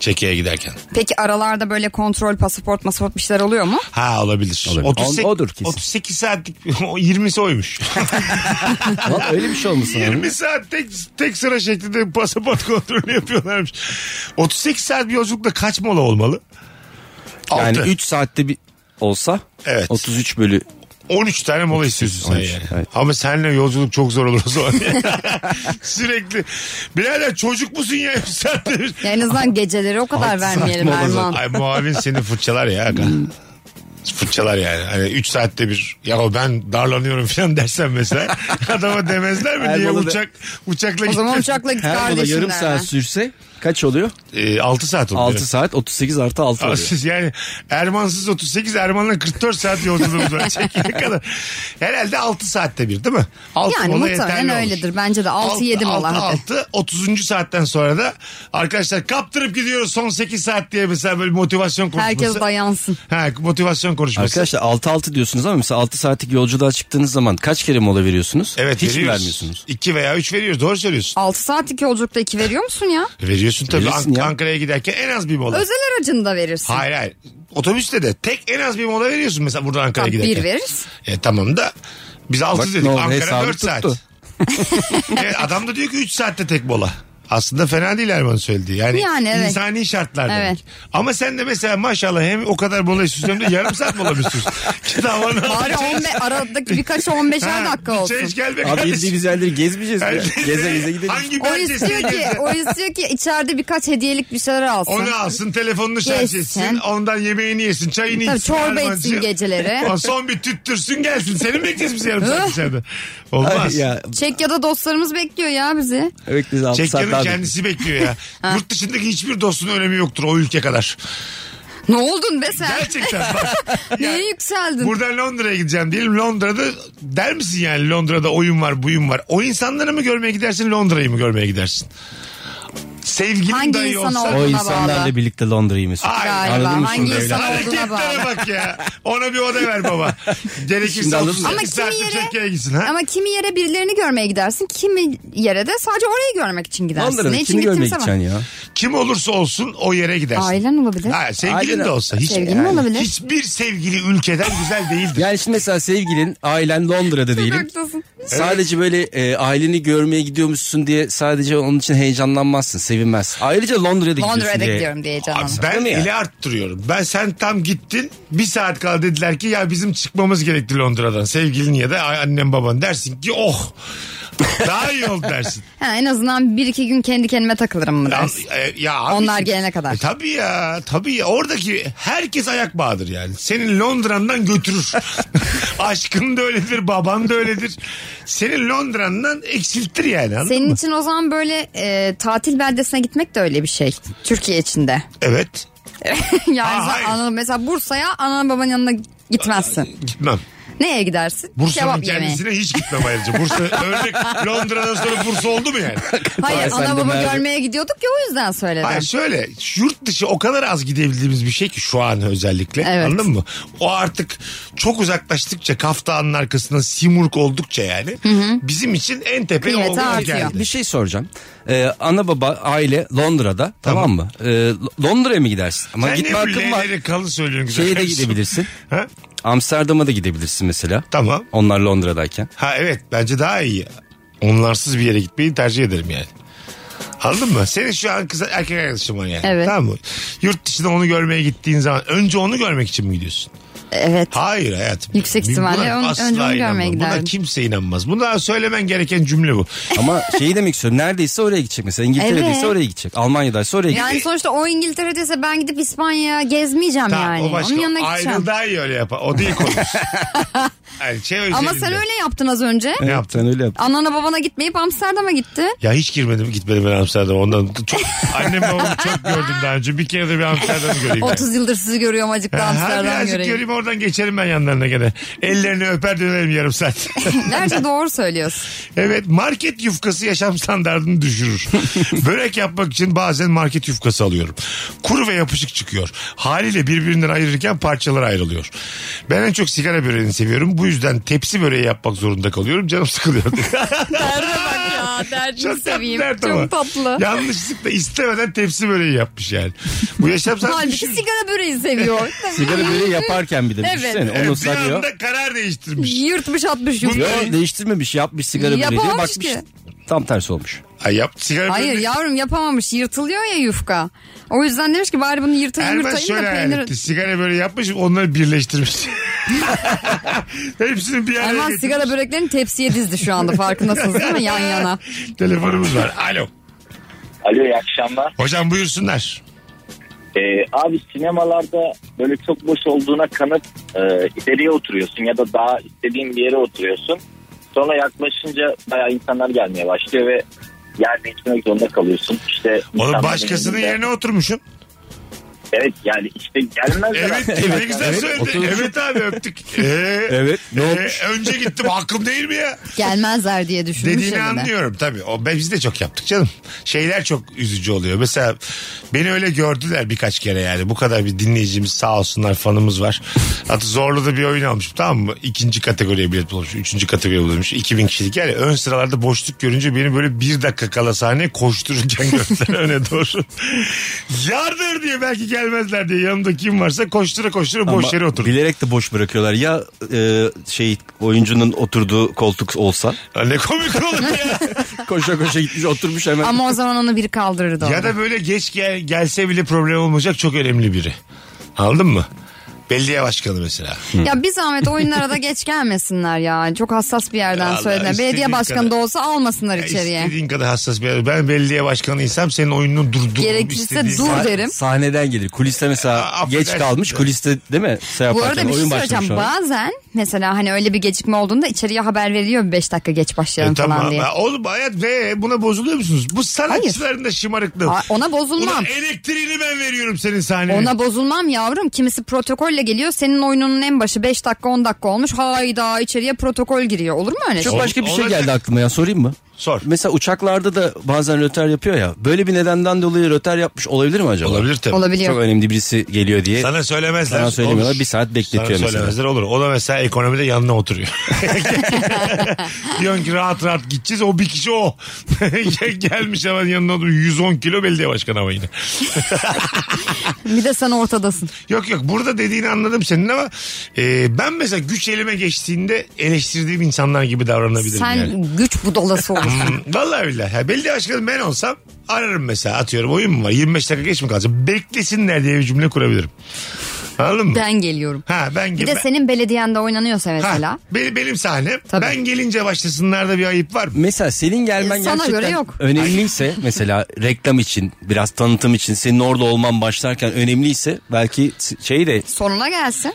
Speaker 3: Çekya'ya giderken.
Speaker 4: Peki aralarda böyle kontrol, pasaport, masaport bir şeyler oluyor mu?
Speaker 3: Ha olabilir.
Speaker 5: Olabilir.
Speaker 3: 38,
Speaker 5: Odur kesin.
Speaker 3: 38 saatlik o 20'si oymuş.
Speaker 5: Vallahi öyle bir şey olmasın abi.
Speaker 3: 20 saat tek, tek sıra şeklinde pasaport kontrolü yapıyorlarmış. 38 saat bir yolculukta kaç mola olmalı?
Speaker 5: Yani
Speaker 3: Altı.
Speaker 5: 3 saatte bir olsa
Speaker 3: Evet.
Speaker 5: 33 bölü
Speaker 3: 13 tane mola istiyorsun sen
Speaker 5: 13,
Speaker 3: yani.
Speaker 5: evet.
Speaker 3: Ama seninle yolculuk çok zor olur o zaman. Sürekli. Birader çocuk musun ya? Üç saattir.
Speaker 4: Ya en azından geceleri o kadar vermeyelim
Speaker 5: saçma olur.
Speaker 4: Erman. Hmm.
Speaker 3: Ay muavin seni fırçalar ya. aga. fırçalar yani. Hani 3 saatte bir ya ben darlanıyorum falan dersen mesela adama demezler mi
Speaker 5: Her
Speaker 3: diye
Speaker 5: mola da-
Speaker 3: uçak uçakla
Speaker 4: O
Speaker 3: gittin.
Speaker 4: zaman uçakla git
Speaker 5: her mola
Speaker 4: kardeşim
Speaker 5: yarım
Speaker 4: de
Speaker 5: saat
Speaker 4: hemen.
Speaker 5: sürse kaç oluyor?
Speaker 3: 6 Ee, saat oldu.
Speaker 5: 6 saat 38 artı 6
Speaker 3: Aa,
Speaker 5: oluyor.
Speaker 3: Siz yani Ermansız 38 Erman'la 44 saat yolculuğumuz var. Çekiye kadar. Herhalde 6 saatte bir değil mi? 6
Speaker 4: Yani muhtemelen öyledir. Bence de 6-7 mola hadi.
Speaker 3: 6, 30. saatten sonra da arkadaşlar kaptırıp gidiyoruz son 8 saat diye mesela böyle motivasyon konuşması.
Speaker 4: Herkes dayansın.
Speaker 3: Ha, motivasyon konuşması.
Speaker 5: Arkadaşlar 6-6 diyorsunuz ama mesela 6 saatlik yolculuğa çıktığınız zaman kaç kere mola veriyorsunuz?
Speaker 3: evet,
Speaker 5: Hiç mi
Speaker 3: veriyoruz.
Speaker 5: vermiyorsunuz?
Speaker 3: 2 veya 3 veriyoruz doğru söylüyorsun.
Speaker 4: 6 saatlik yolculukta 2 veriyor musun ya?
Speaker 3: Veriyorsun tabii
Speaker 5: Verirsin
Speaker 3: Ank-
Speaker 5: ya.
Speaker 3: Ankara'ya giderken en az bir mola.
Speaker 4: Özel aracında verirsin.
Speaker 3: Hayır hayır. Otobüste de tek en az bir mola veriyorsun mesela buradan Ankara'ya
Speaker 4: Tabii
Speaker 3: giderken.
Speaker 4: bir veririz.
Speaker 3: E, tamam da biz 6
Speaker 5: Bak
Speaker 3: dedik.
Speaker 5: ne oldu,
Speaker 3: Ankara
Speaker 5: hesabı
Speaker 3: 4 saat.
Speaker 5: tuttu.
Speaker 3: evet, adam da diyor ki 3 saatte tek mola. Aslında fena değil Erman söylediği. Yani,
Speaker 4: Yani evet.
Speaker 3: insani şartlar demek.
Speaker 4: Evet.
Speaker 3: Ama sen de mesela maşallah hem o kadar mola istiyorsun hem de yarım saat mola mı istiyorsun? Git havanı al.
Speaker 4: Bari 15, aradaki birkaç 15'er
Speaker 3: Ha,
Speaker 4: dakika
Speaker 3: bir
Speaker 4: olsun.
Speaker 3: Change gelme
Speaker 5: Abi
Speaker 3: kardeşim.
Speaker 5: bildiğimiz yerleri gezmeyeceğiz. ya.
Speaker 3: Herkes-
Speaker 5: geze geze gidelim.
Speaker 3: Hangi
Speaker 4: O
Speaker 3: beldesine
Speaker 4: istiyor ki,
Speaker 3: gezeceksin?
Speaker 4: o istiyor ki içeride birkaç hediyelik bir şeyler alsın.
Speaker 3: Onu alsın telefonunu şarj
Speaker 4: Gezsin.
Speaker 3: etsin. Ondan yemeğini yesin çayını
Speaker 4: Tabii
Speaker 3: içsin.
Speaker 4: çorba
Speaker 3: Erman'cığım.
Speaker 4: içsin geceleri.
Speaker 3: O son bir tüttürsün gelsin. Seni mi bekleyeceğiz biz yarım saat
Speaker 4: Öh.
Speaker 3: dışarıda? Olmaz.
Speaker 5: Ay ya,
Speaker 4: Çekya'da dostlarımız bekliyor ya bizi.
Speaker 5: evet biz 6 saat
Speaker 3: Çekya'nın
Speaker 5: daha
Speaker 3: kendisi bekliyor ya. Yurt dışındaki hiçbir dostun önemi yoktur o ülke kadar.
Speaker 4: Ne oldun be sen?
Speaker 3: Gerçekten bak.
Speaker 4: Neye yükseldin?
Speaker 3: Buradan Londra'ya gideceğim diyelim. Londra'da der misin yani Londra'da oyun var buyun var. O insanları mı görmeye gidersin Londra'yı mı görmeye gidersin? Sevgilin
Speaker 4: Hangi
Speaker 3: dahi
Speaker 4: insan
Speaker 3: olsa.
Speaker 4: o?
Speaker 5: O
Speaker 4: Ona
Speaker 5: insanlarla
Speaker 4: bağlı.
Speaker 5: birlikte Londra'yı Mesut.
Speaker 3: Ay,
Speaker 4: Galiba.
Speaker 5: anladın mı
Speaker 4: Hangi
Speaker 5: şimdi
Speaker 4: insan
Speaker 5: evlat?
Speaker 4: olduğuna bağlı.
Speaker 3: Hareketlere bak ya. Ona bir oda ver baba. Gerekirse
Speaker 5: Şimdi anladın mı?
Speaker 3: 38
Speaker 4: Ama
Speaker 3: saatte
Speaker 4: kimi yere-
Speaker 3: Türkiye'ye gitsin. Ha?
Speaker 4: Ama kimi yere birilerini görmeye gidersin. Kimi yere de sadece orayı görmek için gidersin.
Speaker 5: Londra'da
Speaker 4: Ne için
Speaker 5: kimi hani görmeye
Speaker 4: gittiğimize bak.
Speaker 5: gideceksin ya?
Speaker 3: Kim olursa olsun o yere gidersin.
Speaker 4: Ailen olabilir.
Speaker 3: Ha, sevgilin
Speaker 5: Ailen-
Speaker 3: de olsa. Hiç,
Speaker 4: Sevgilin olabilir.
Speaker 3: Hiçbir sevgili ülkeden güzel değildir.
Speaker 5: Yani şimdi mesela sevgilin ailen Londra'da diyelim.
Speaker 4: Haklısın.
Speaker 5: Sadece böyle e, aileni görmeye gidiyormuşsun diye sadece onun için heyecanlanmazsın, sevinmezsin. Ayrıca Londra'ya da gidiyorsun
Speaker 4: Londra'da
Speaker 5: diye.
Speaker 4: gidiyorum diye
Speaker 3: Abi
Speaker 4: canım.
Speaker 3: ben
Speaker 5: Değil mi ya?
Speaker 3: ile arttırıyorum. Ben sen tam gittin bir saat kala dediler ki ya bizim çıkmamız gerekti Londra'dan. Sevgilin ya da annem baban dersin ki oh daha iyi oldu dersin.
Speaker 4: Ha, en azından bir iki gün kendi kendime takılırım mı
Speaker 3: Ya,
Speaker 4: dersin?
Speaker 3: e, ya abi-
Speaker 4: Onlar gelene kadar.
Speaker 3: E, tabii ya tabii ya. Oradaki herkes ayak bağıdır yani. Senin Londra'ndan götürür. Aşkın da öyledir, baban da öyledir. Senin Londra'ndan eksiltir yani anladın
Speaker 4: Senin
Speaker 3: mı?
Speaker 4: için o zaman böyle e, tatil beldesine gitmek de öyle bir şey. Türkiye içinde.
Speaker 3: Evet.
Speaker 4: yani
Speaker 3: Ha,
Speaker 4: sen
Speaker 3: hayır.
Speaker 4: ana- mesela Bursa'ya anan babanın yanına gitmezsin.
Speaker 3: Gitmem.
Speaker 4: Neye gidersin?
Speaker 3: Bursa'nın
Speaker 4: Kebap yemeye.
Speaker 3: kendisine hiç gitmem ayrıca. Bursa örnek Londra'dan sonra Bursa oldu mu yani?
Speaker 5: Ay,
Speaker 4: Hayır
Speaker 5: sen de
Speaker 4: ana baba
Speaker 5: nerede?
Speaker 4: görmeye gidiyorduk ya o yüzden söyledim.
Speaker 3: Hayır şöyle yurt dışı o kadar az gidebildiğimiz bir şey ki şu an özellikle
Speaker 4: Evet.
Speaker 3: anladın mı? O artık çok uzaklaştıkça kaftanın arkasından simurk oldukça yani bizim için en tepeye
Speaker 4: Kıymeti
Speaker 3: o
Speaker 4: artıyor.
Speaker 3: geldi.
Speaker 5: Bir şey soracağım. Ee, ana baba aile Londra'da tamam,
Speaker 3: Tamam.
Speaker 5: mı? Ee, Lo- Londra'ya mı gidersin? Ama
Speaker 3: Sen
Speaker 5: gitme
Speaker 3: ne
Speaker 5: hakkın var.
Speaker 3: bilelere kalı söylüyorsun güzel.
Speaker 5: Şeye de
Speaker 3: kardeşim.
Speaker 5: gidebilirsin.
Speaker 3: Ha?
Speaker 5: Amsterdam'a da gidebilirsin mesela.
Speaker 3: Tamam.
Speaker 5: Onlar Londra'dayken.
Speaker 3: Ha evet bence daha iyi. Onlarsız bir yere gitmeyi tercih ederim yani. Anladın mı? Senin şu an kız erkek arkadaşın var yani.
Speaker 4: Evet.
Speaker 3: Tamam mı? Yurt dışına onu görmeye gittiğin zaman önce onu görmek için mi gidiyorsun?
Speaker 4: Evet.
Speaker 3: Hayır hayatım.
Speaker 4: Yüksek ihtimalle
Speaker 3: Buna
Speaker 4: ön-
Speaker 3: asla
Speaker 4: önce onu görmeye
Speaker 3: inanmam. Buna
Speaker 4: giderdim.
Speaker 3: kimse inanmaz. Buna söylemen gereken cümle bu.
Speaker 5: Ama şeyi demek istiyorum. Neredeyse oraya gidecek mesela. İngiltere'deyse
Speaker 4: Evet.
Speaker 5: oraya gidecek. Almanya'daysa oraya gidecek.
Speaker 4: Yani sonuçta o İngiltere'deyse ben gidip İspanya'ya gezmeyeceğim
Speaker 3: Tamam,
Speaker 4: yani.
Speaker 3: o başka.
Speaker 4: Onun yanına
Speaker 3: Ayrıl
Speaker 4: gideceğim.
Speaker 3: daha iyi öyle yapar. O değil konusu. yani şey
Speaker 4: Ama
Speaker 3: özelinde.
Speaker 4: sen öyle yaptın az önce.
Speaker 3: Ne yaptın?
Speaker 5: Sen öyle yap.
Speaker 4: Anana babana gitmeyip Amsterdam'a gitti.
Speaker 3: Ya hiç girmedim gitmedim ben Amsterdam'a. Ondan çok, annem babamı çok gördüm daha önce. Bir kere de bir Amsterdam'ı göreyim. yani.
Speaker 4: 30 yıldır sizi görüyorum acık da
Speaker 3: Ha,
Speaker 4: Amsterdam
Speaker 3: birazcık
Speaker 4: göreyim.
Speaker 3: göreyim oradan geçerim ben yanlarına gene. Ellerini öper dönerim yarım saat.
Speaker 4: Gerçi doğru söylüyorsun.
Speaker 3: evet market yufkası yaşam standartını düşürür. Börek yapmak için bazen market yufkası alıyorum. Kuru ve yapışık çıkıyor. Haliyle birbirinden ayırırken parçalara ayrılıyor. Ben en çok sigara böreğini seviyorum. Bu yüzden tepsi böreği yapmak zorunda kalıyorum. Canım sıkılıyor.
Speaker 4: Derde bak ya. Derdini
Speaker 3: Çok tatlı
Speaker 4: seveyim.
Speaker 3: dert ama.
Speaker 4: Çok tatlı.
Speaker 3: Yanlışlıkla istemeden tepsi böreği yapmış yani. Bu yaşam standartı
Speaker 4: Halbuki
Speaker 3: düşürür.
Speaker 4: sigara böreği seviyor.
Speaker 5: Sigara böreği yaparken bir de
Speaker 4: Evet.
Speaker 5: düşünsene.
Speaker 3: Evet,
Speaker 5: Onu
Speaker 3: bir
Speaker 5: sarıyor.
Speaker 3: anda karar değiştirmiş.
Speaker 4: Yırtmış atmış
Speaker 5: Yo,
Speaker 4: yumruğu.
Speaker 5: değiştirmemiş yapmış sigara böreği diye
Speaker 4: Yapamamış
Speaker 5: bakmış.
Speaker 4: ki.
Speaker 5: Tam tersi olmuş.
Speaker 3: Ay yap sigara
Speaker 4: Hayır
Speaker 3: böreği-
Speaker 4: yavrum yapamamış. Yırtılıyor ya yufka. O yüzden demiş ki bari bunu yırtayım
Speaker 3: Erman
Speaker 4: yırtayım
Speaker 3: şöyle
Speaker 4: da
Speaker 3: hayal
Speaker 4: peynir...
Speaker 3: etti. Sigara böyle yapmış onları birleştirmiş. Hepsini bir araya
Speaker 4: Erman
Speaker 3: getirmiş.
Speaker 4: sigara böreklerini tepsiye dizdi şu anda farkındasınız değil mi? Yan yana.
Speaker 3: Telefonumuz var. Alo.
Speaker 7: Alo iyi akşamlar.
Speaker 3: Hocam buyursunlar.
Speaker 7: Ee, abi sinemalarda böyle çok boş olduğuna kanıt e, ileriye oturuyorsun ya da daha istediğin bir yere oturuyorsun. Sonra yaklaşınca bayağı insanlar gelmeye başlıyor ve yer değiştirmek zorunda kalıyorsun. İşte
Speaker 3: Oğlum
Speaker 7: insanların
Speaker 3: başkasının
Speaker 7: önünde-
Speaker 3: yerine oturmuşsun.
Speaker 7: Evet yani işte gelmezler.
Speaker 3: Evet,
Speaker 7: aslında.
Speaker 3: ne güzel
Speaker 5: evet,
Speaker 3: söyledin.
Speaker 5: oturmuşum.
Speaker 3: Evet abi öptük. Ee,
Speaker 5: Evet, ne
Speaker 3: ee,
Speaker 5: olmuş?
Speaker 3: önce gittim hakkım değil mi ya?
Speaker 4: Gelmezler diye düşünmüş
Speaker 3: Dediğini
Speaker 4: elinde.
Speaker 3: anlıyorum tabii. O, ben, biz de çok yaptık canım. Şeyler çok üzücü oluyor. Mesela beni öyle gördüler birkaç kere yani. Bu kadar bir dinleyicimiz sağ olsunlar fanımız var. Hatta zorlu da bir oyun almışım tamam mı? İkinci kategoriye bilet bulmuş. Üçüncü kategoriye bulmuş. 2000 kişilik yani ön sıralarda boşluk görünce beni böyle bir dakika kala sahneye koştururken gördüler öne doğru. Yardır diye belki gelmezler diye yanımda kim varsa koştura koştura boş
Speaker 5: Ama
Speaker 3: yere oturdum.
Speaker 5: Bilerek de boş bırakıyorlar. Ya e, şey oyuncunun oturduğu koltuk olsa
Speaker 3: Ya Ne komik olur ya.
Speaker 5: koşa koşa gitmiş oturmuş hemen.
Speaker 4: Ama o zaman onu biri kaldırırdı.
Speaker 3: Ya da böyle geç gel, gelse bile problem olmayacak çok önemli biri. Anladın mı? Belediye başkanı mesela.
Speaker 4: Ya bir zahmet oyunlara da geç gelmesinler ya. Çok hassas bir yerden
Speaker 3: Vallahi
Speaker 4: söylediler.
Speaker 3: istediğin
Speaker 4: Belediye başkanı
Speaker 3: kadar.
Speaker 4: da olsa almasınlar
Speaker 3: Ya
Speaker 4: içeriye.
Speaker 3: İstediğin kadar hassas bir yer. Ben belediye başkanıysam senin oyununu durdururum.
Speaker 4: Gerekirse
Speaker 3: istediğim-
Speaker 4: dur
Speaker 5: Sa-
Speaker 4: derim.
Speaker 5: Sahneden gelir. Kuliste mesela
Speaker 3: Aa, affedersin.
Speaker 5: geç kalmış. Kuliste değil mi? Şey
Speaker 4: Bu
Speaker 5: yaparken,
Speaker 4: arada bir şey
Speaker 5: oyun başlamış
Speaker 4: söyleyeceğim.
Speaker 5: şu an.
Speaker 4: Bazen mesela hani öyle bir gecikme olduğunda içeriye haber veriliyor 5 dakika geç başlayalım
Speaker 3: E,
Speaker 4: falan
Speaker 3: tamam.
Speaker 4: diye.
Speaker 3: Ha, Oğlum hayat ve buna bozuluyor musunuz? Bu sanatçıların da şımarıklığı.
Speaker 4: Aa, Ona bozulmam.
Speaker 3: Ulan elektriğini ben veriyorum senin sahneye.
Speaker 4: Ona bozulmam yavrum. Kimisi protokolle geliyor. Senin oyununun en başı 5 dakika 10 dakika olmuş. Hayda içeriye protokol giriyor. Olur mu öyle
Speaker 5: Çok
Speaker 4: şey?
Speaker 5: başka bir şey
Speaker 3: olacak.
Speaker 5: geldi aklıma ya sorayım mı?
Speaker 3: Sor.
Speaker 5: Mesela uçaklarda da bazen röter yapıyor ya. Böyle bir nedenden dolayı röter yapmış olabilir mi acaba?
Speaker 3: Olabilir tabii.
Speaker 4: Olabiliyor.
Speaker 5: Çok önemli birisi geliyor diye.
Speaker 3: Sana söylemezler.
Speaker 5: Sana söylemiyorlar.
Speaker 3: Olur.
Speaker 5: Bir saat bekletiyor
Speaker 3: Sana
Speaker 5: mesela.
Speaker 3: söylemezler olur. O da mesela ekonomide yanına oturuyor. Diyorsun ki rahat rahat gideceğiz. O bir kişi o. Gel- Gelmiş hemen yanına oturuyor. 110 kilo belediye başkanı ama yine.
Speaker 4: Bir de sen ortadasın.
Speaker 3: Yok yok burada dediğini anladım senin ama e, ben mesela güç elime geçtiğinde eleştirdiğim insanlar gibi davranabilirim.
Speaker 4: sen
Speaker 3: yani.
Speaker 4: güç budalası olursun.
Speaker 3: Hmm, Vallahi billahi. Ya belediye başkanı ben olsam ararım mesela atıyorum oyun mu var 25 dakika geç mi kalacak beklesinler diye bir cümle kurabilirim. Anladın mı?
Speaker 4: ben geliyorum.
Speaker 3: Ha ben
Speaker 4: Bir de senin belediyende oynanıyorsa mesela.
Speaker 3: Ha, benim, benim sahnem.
Speaker 4: Tabii.
Speaker 3: Ben gelince başlasınlar da bir ayıp var mı?
Speaker 5: Mesela senin gelmen
Speaker 4: E, sana
Speaker 5: gerçekten
Speaker 4: göre yok.
Speaker 5: önemliyse mesela reklam için biraz tanıtım için senin orada olman başlarken önemliyse belki t- şey de
Speaker 4: Sonuna gelsin.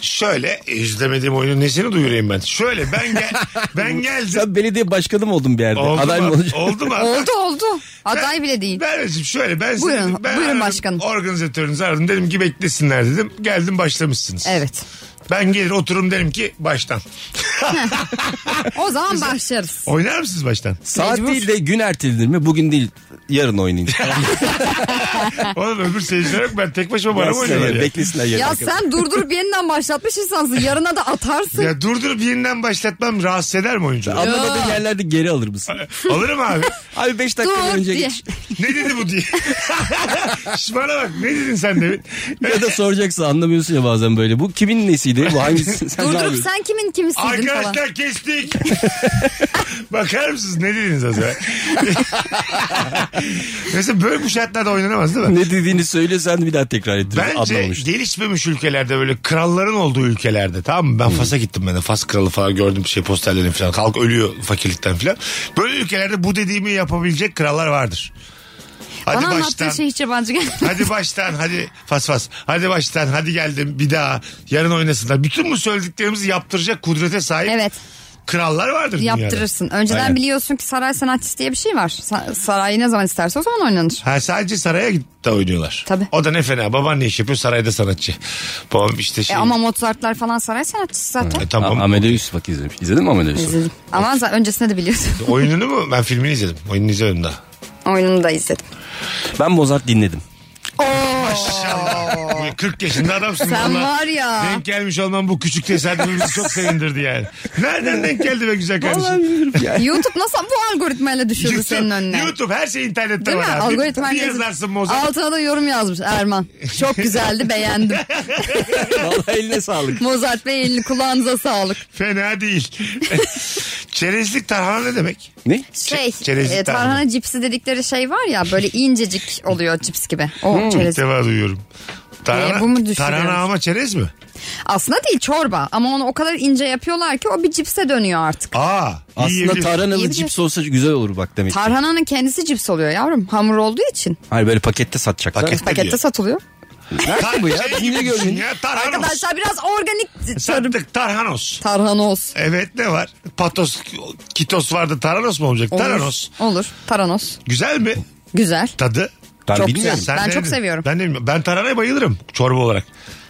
Speaker 3: Şöyle e, izlemediğim oyunun nesini duyurayım ben? Şöyle ben gel ben geldim.
Speaker 5: sen belediye başkanı mı oldun bir yerde?
Speaker 3: Oldu
Speaker 5: Aday mı
Speaker 3: mu?
Speaker 5: olacaksın?
Speaker 3: Oldu mu?
Speaker 4: Oldu oldu. Aday bile değil.
Speaker 3: Ben dedim şöyle ben size-
Speaker 4: Buyurun,
Speaker 3: ben
Speaker 4: buyurun
Speaker 3: aradım,
Speaker 4: başkanım.
Speaker 3: Organizatörünüzü aradım dedim ki beklesinler dedim. Geldim başlamışsınız.
Speaker 4: Evet.
Speaker 3: Ben gelir oturum derim ki baştan.
Speaker 4: O zaman başlarız.
Speaker 3: Oynar mısınız baştan?
Speaker 5: Saat
Speaker 4: Mecbur.
Speaker 5: değil de gün erteledir mi? Bugün değil yarın oynayın.
Speaker 3: Oğlum öbür seyirciler yok ben tek başıma bana mı
Speaker 5: Beklesinler,
Speaker 3: oynuyorlar ya?
Speaker 5: Beklesinler yarın.
Speaker 4: Ya
Speaker 5: arkadaşlar.
Speaker 4: sen durdurup yeniden başlatmış insansın. Yarına da atarsın.
Speaker 3: Ya durdurup yeniden başlatmam rahatsız eder mi oyuncuları?
Speaker 5: Anlamadığın yerlerde geri alır mısın?
Speaker 3: Alırım abi.
Speaker 5: Abi 5 dakika
Speaker 4: Dur
Speaker 5: önce
Speaker 4: diye.
Speaker 5: geç.
Speaker 3: Ne dedi bu diye. Şş, bana bak ne dedin sen demin?
Speaker 5: Ya da soracaksın anlamıyorsun ya bazen böyle. Bu kimin nesiydi? Bu hangisi? Sen ne
Speaker 4: Durdurup
Speaker 5: yapıyorsun?
Speaker 4: sen kimin kimisiydin falan.
Speaker 3: Arkadaşlar kestik. Bakar mısınız ne dediniz az evvel? Mesela böyle bu şartlarda oynanamaz değil mi?
Speaker 5: Ne dediğini söylesen bir daha tekrar ettir.
Speaker 3: Bence
Speaker 5: Anlamamış.
Speaker 3: gelişmemiş ülkelerde böyle kralların olduğu ülkelerde tamam mı? Ben Fas'a gittim ben de Fas kralı falan gördüm şey posterlerini falan. Halk ölüyor fakirlikten falan. Böyle ülkelerde bu dediğimi yapabilecek krallar vardır. Hadi
Speaker 4: Bana
Speaker 3: baştan.
Speaker 4: anlattığın şey hiç yabancı gelmedi.
Speaker 3: Hadi baştan hadi fas fas. Hadi baştan hadi geldim bir daha yarın oynasınlar. Bütün bu söylediklerimizi yaptıracak kudrete sahip
Speaker 4: Evet
Speaker 3: krallar vardır dünyada.
Speaker 4: yaptırırsın. Önceden
Speaker 3: Aynen.
Speaker 4: biliyorsun ki saray sanatçısı diye bir şey var. Sa- sarayı ne zaman isterse o zaman oynanır.
Speaker 3: Ha sadece saraya gidip de oynuyorlar.
Speaker 4: Tabii.
Speaker 3: O da ne fena. Baban ne iş yapıyor? Sarayda sanatçı. Babam işte şey.
Speaker 4: E ama Mozart'lar falan saray sanatçısı zaten.
Speaker 3: E,
Speaker 5: A-
Speaker 3: tamam.
Speaker 5: Amadeus bak izledim. İzledin mi Amadeus'u?
Speaker 4: İzledim. Ama za- öncesinde de biliyordum.
Speaker 3: Oyununu mu? Ben filmini izledim. Oyununu izledim daha.
Speaker 4: Oyununu da izledim.
Speaker 5: Ben Mozart dinledim.
Speaker 3: Maşallah. Bu 40 yaşında adamsın.
Speaker 4: Sen
Speaker 3: valla.
Speaker 4: var ya.
Speaker 3: Denk gelmiş olman bu küçük tesadüfümüzü çok sevindirdi yani. Nereden denk geldi be güzel kardeşim?
Speaker 4: YouTube nasıl bu algoritmayla düşürdü senin önüne?
Speaker 3: YouTube her şey internette
Speaker 4: Değil mi?
Speaker 3: var. abi.
Speaker 4: Algoritma
Speaker 3: bir, bir
Speaker 4: yazıp-
Speaker 3: yazarsın Mozart.
Speaker 4: Altına da yorum yazmış Erman. Çok güzeldi beğendim.
Speaker 5: Vallahi eline sağlık.
Speaker 4: Mozart Bey elini kulağınıza sağlık.
Speaker 3: Fena değil. Çerezlik tarhana ne demek?
Speaker 5: Ne?
Speaker 4: Şey
Speaker 3: çerezlik
Speaker 4: e, tarhana
Speaker 3: tarhana.
Speaker 4: cipsi dedikleri şey var ya böyle incecik oluyor cips gibi. O
Speaker 3: İlk
Speaker 4: çerez.
Speaker 3: defa duyuyorum. Tarhana,
Speaker 4: Ee, bu mu düşünüyoruz?
Speaker 3: tarhana ama çerez mi?
Speaker 4: Aslında değil çorba ama onu o kadar ince yapıyorlar ki o bir cipse dönüyor artık.
Speaker 3: Aa.
Speaker 5: Aslında
Speaker 3: yiyebilirim.
Speaker 5: tarhanalı
Speaker 4: Yiyebilir.
Speaker 5: cips olsa güzel olur bak demek.
Speaker 4: Tarhananın kendisi cips oluyor yavrum hamur olduğu için.
Speaker 5: Hayır böyle pakette satacaklar.
Speaker 3: Paket-
Speaker 4: Pakette
Speaker 3: Biliyor.
Speaker 4: satılıyor.
Speaker 3: Tar-
Speaker 5: Nerede bu ya?
Speaker 3: şey
Speaker 5: Şimdi
Speaker 3: gibi
Speaker 5: gördüm.
Speaker 3: düşün ya, Tarhanos.
Speaker 4: Arkadaşlar biraz organik tarım.
Speaker 3: Sattık tarhanos.
Speaker 4: Tarhanos.
Speaker 3: Evet ne var? Patos, kitos vardı tarhanos mu olacak?
Speaker 4: Olur.
Speaker 3: Tarhanos.
Speaker 4: Olur. Taranos.
Speaker 3: Güzel mi
Speaker 4: Güzel.
Speaker 3: tadı?
Speaker 5: Ben
Speaker 4: Çok
Speaker 5: bilmiyorum.
Speaker 4: güzel. Ben
Speaker 3: de-
Speaker 4: çok seviyorum.
Speaker 3: Ben de bilmiyorum. Ben tarhanaya bayılırım çorba olarak.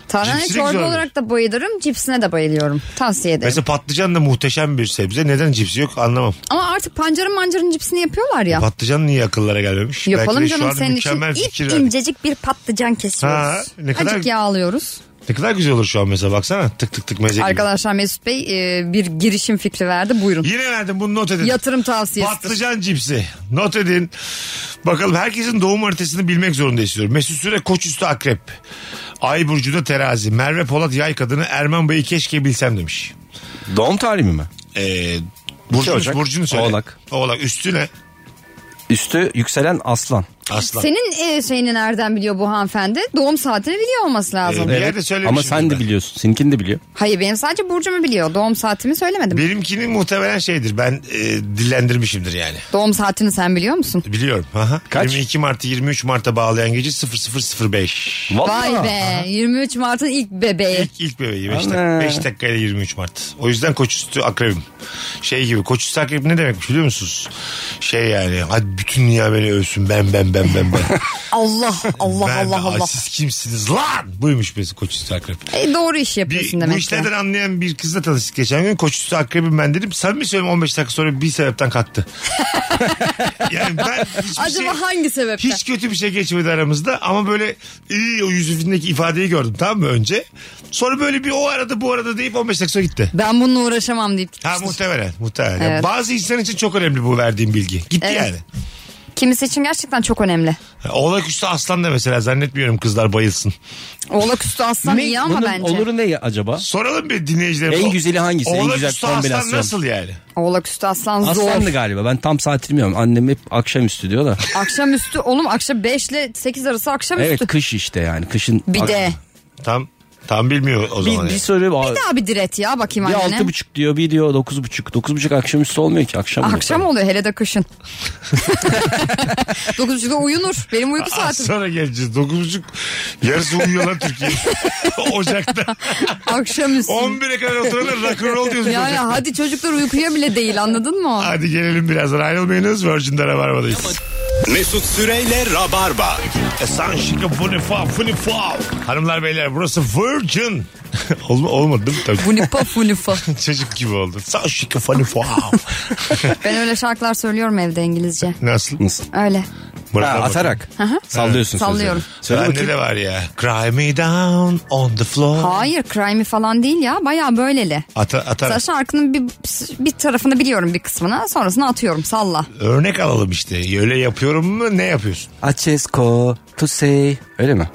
Speaker 4: Tarhana
Speaker 3: Cipsi de
Speaker 4: çorba
Speaker 3: güzel olur.
Speaker 4: olarak da bayılırım. Cipsine de bayılıyorum. Tavsiye ederim.
Speaker 3: Mesela patlıcan da muhteşem bir sebze. Neden cipsi yok anlamam.
Speaker 4: Ama artık pancarın mancarın cipsini yapıyorlar ya.
Speaker 3: Patlıcan niye akıllara gelmemiş?
Speaker 4: Yapalım
Speaker 3: Belki de şu
Speaker 4: canım
Speaker 3: an
Speaker 4: senin için.
Speaker 3: mükemmel
Speaker 4: İp
Speaker 3: fikir verdim.
Speaker 4: incecik bir patlıcan
Speaker 3: Ha,
Speaker 4: kesiyoruz.
Speaker 3: ne kadar-
Speaker 4: Acık yağlıyoruz.
Speaker 3: Ne kadar güzel olur şu an mesela baksana. Tık tık tık meze gibi.
Speaker 4: Arkadaşlar Mesut Bey e, bir girişim fikri verdi. Buyurun.
Speaker 3: Yine verdim bunu not edin.
Speaker 4: Yatırım tavsiyesi.
Speaker 3: Patlıcan cipsi. Not edin. Bakalım herkesin doğum haritasını bilmek zorunda istiyorum. Mesut Süre Koçüstü Akrep. Ay Burcu'da terazi. Merve Polat yay kadını Erman Bey'i keşke bilsem demiş.
Speaker 5: Doğum tarihi mi?
Speaker 3: Ee,
Speaker 5: İki
Speaker 3: Burcunu,
Speaker 5: Ocak,
Speaker 3: burcunu söyle.
Speaker 5: Oğlak.
Speaker 3: Oğlak üstüne
Speaker 5: Üstü yükselen aslan.
Speaker 3: aslan.
Speaker 4: Senin e, şeyini nereden biliyor bu hanımefendi? Doğum saatini biliyor olması lazım.
Speaker 3: Ee, Bir yerde söylemişim
Speaker 5: Ama
Speaker 3: ben.
Speaker 5: sen de biliyorsun. Seninkini de biliyor.
Speaker 4: Hayır benim sadece burcumu biliyor. Doğum saatimi söylemedim.
Speaker 3: Benimkinin muhtemelen şeydir. Ben e, dillendirmişimdir yani.
Speaker 4: Doğum saatini sen biliyor musun?
Speaker 3: Biliyorum. Aha.
Speaker 5: Kaç?
Speaker 3: 22 Mart'ı 23 Mart'a bağlayan gece 0005.
Speaker 5: Vallahi.
Speaker 4: Vay be 23 Mart'ın ilk bebeği.
Speaker 3: İlk, ilk bebeği 5 dakika,
Speaker 5: Ana.
Speaker 3: 5 dakikayla 23 Mart. O yüzden koçüstü akrebim. Şey gibi koçüstü akrep ne demekmiş biliyor musunuz? Şey yani hadi bütün dünya beni övsün ben ben ben ben ben ben.
Speaker 4: Allah Allah
Speaker 3: ben
Speaker 4: Allah
Speaker 3: "Aa,
Speaker 4: Allah.
Speaker 3: Siz kimsiniz lan? Buymuş mesela koç üstü akrep.
Speaker 4: E, doğru iş
Speaker 3: Bir,
Speaker 4: yapıyorsun
Speaker 3: bu
Speaker 4: demek ki.
Speaker 3: işlerden anlayan bir kızla tanıştık geçen gün. Koç üstü akrebim ben dedim. Samimi söylüyorum 15 dakika sonra bir sebepten kalktı. yani ben hiçbir
Speaker 4: Acaba
Speaker 3: şey...
Speaker 4: hangi sebepten?
Speaker 3: Hiç kötü bir şey geçmedi aramızda ama böyle iyi o yüzündeki ifadeyi gördüm tamam mı önce. Sonra böyle bir o arada bu arada deyip 15 dakika sonra gitti.
Speaker 4: Ben bununla uğraşamam deyip
Speaker 3: Ha
Speaker 4: gitmiştir.
Speaker 3: muhtemelen muhtemelen.
Speaker 4: Evet.
Speaker 3: Bazı insan için çok önemli bu verdiğim bilgi. Gitti
Speaker 4: Evet.
Speaker 3: yani.
Speaker 4: Kimisi için gerçekten çok önemli.
Speaker 3: Oğlak üstü aslan da mesela zannetmiyorum kızlar bayılsın.
Speaker 4: Oğlak üstü aslan
Speaker 5: Ne-
Speaker 4: iyi ama
Speaker 5: bunun
Speaker 4: bence.
Speaker 5: Oluru ne ya acaba?
Speaker 3: Soralım bir dinleyicilerimize.
Speaker 5: En güzeli hangisi? en
Speaker 3: Oğlak
Speaker 5: güzel
Speaker 3: üstü aslan
Speaker 5: kombinasyon.
Speaker 3: nasıl yani?
Speaker 4: Oğlak üstü aslan zor.
Speaker 5: Aslandı galiba. Ben tam saat bilmiyorum. Annem hep akşamüstü diyor da.
Speaker 4: Akşamüstü oğlum akşam 5 ile 8 arası akşamüstü.
Speaker 5: evet kış işte yani. Kışın.
Speaker 4: Bir de.
Speaker 3: Tam tam bilmiyor o
Speaker 5: Bir,
Speaker 3: zaman.
Speaker 5: bir
Speaker 3: yani.
Speaker 5: soru var.
Speaker 4: Bir daha bir diret ya bakayım
Speaker 5: Bir
Speaker 4: annene.
Speaker 5: altı buçuk diyor bir diyor dokuz buçuk. Dokuz buçuk akşamüstü olmuyor ki akşam. oluyor
Speaker 4: Akşam
Speaker 5: tabii.
Speaker 4: oluyor hele de kışın. 9.30'da uyunur. Benim uyku
Speaker 3: Az
Speaker 4: saatim.
Speaker 3: sonra geleceğiz. Dokuz buçuk yarısı uyuyorlar Türkiye. Ocak'ta.
Speaker 4: Akşamüstü.
Speaker 3: 11'e kadar oturanlar rock'n'roll diyoruz.
Speaker 4: Yani
Speaker 3: Ocak'ta.
Speaker 4: hadi çocuklar uykuya bile değil anladın mı?
Speaker 3: Hadi gelelim birazdan ayrılmayınız. Virgin'de Rabarba'dayız.
Speaker 2: Mesut Süreyle Rabarba.
Speaker 3: San Şika Funifa Funifa. Hanımlar beyler burası Virgin. Olma, olmadı değil mi? Tabii.
Speaker 4: Funipa funifa.
Speaker 3: Çocuk gibi oldu. San Şika Funifa.
Speaker 4: Ben öyle şarkılar söylüyorum evde İngilizce.
Speaker 3: Nasıl?
Speaker 5: Nasıl?
Speaker 4: Öyle.
Speaker 5: Ha,
Speaker 3: Bırakamadım.
Speaker 5: atarak. Sallıyorsun sözleri.
Speaker 4: Sallıyorum.
Speaker 5: Söyle
Speaker 3: Bende
Speaker 5: bakayım.
Speaker 3: de var ya. Cry me down on the floor.
Speaker 4: Hayır crimey falan değil ya baya böyleli.
Speaker 3: Ata, atarak.
Speaker 4: Mesela şarkının bir, bir tarafını biliyorum bir kısmını sonrasını atıyorum salla.
Speaker 3: Örnek alalım işte. Öyle yapıyorum mu ne yapıyorsun?
Speaker 5: Açesko to say. Öyle mi?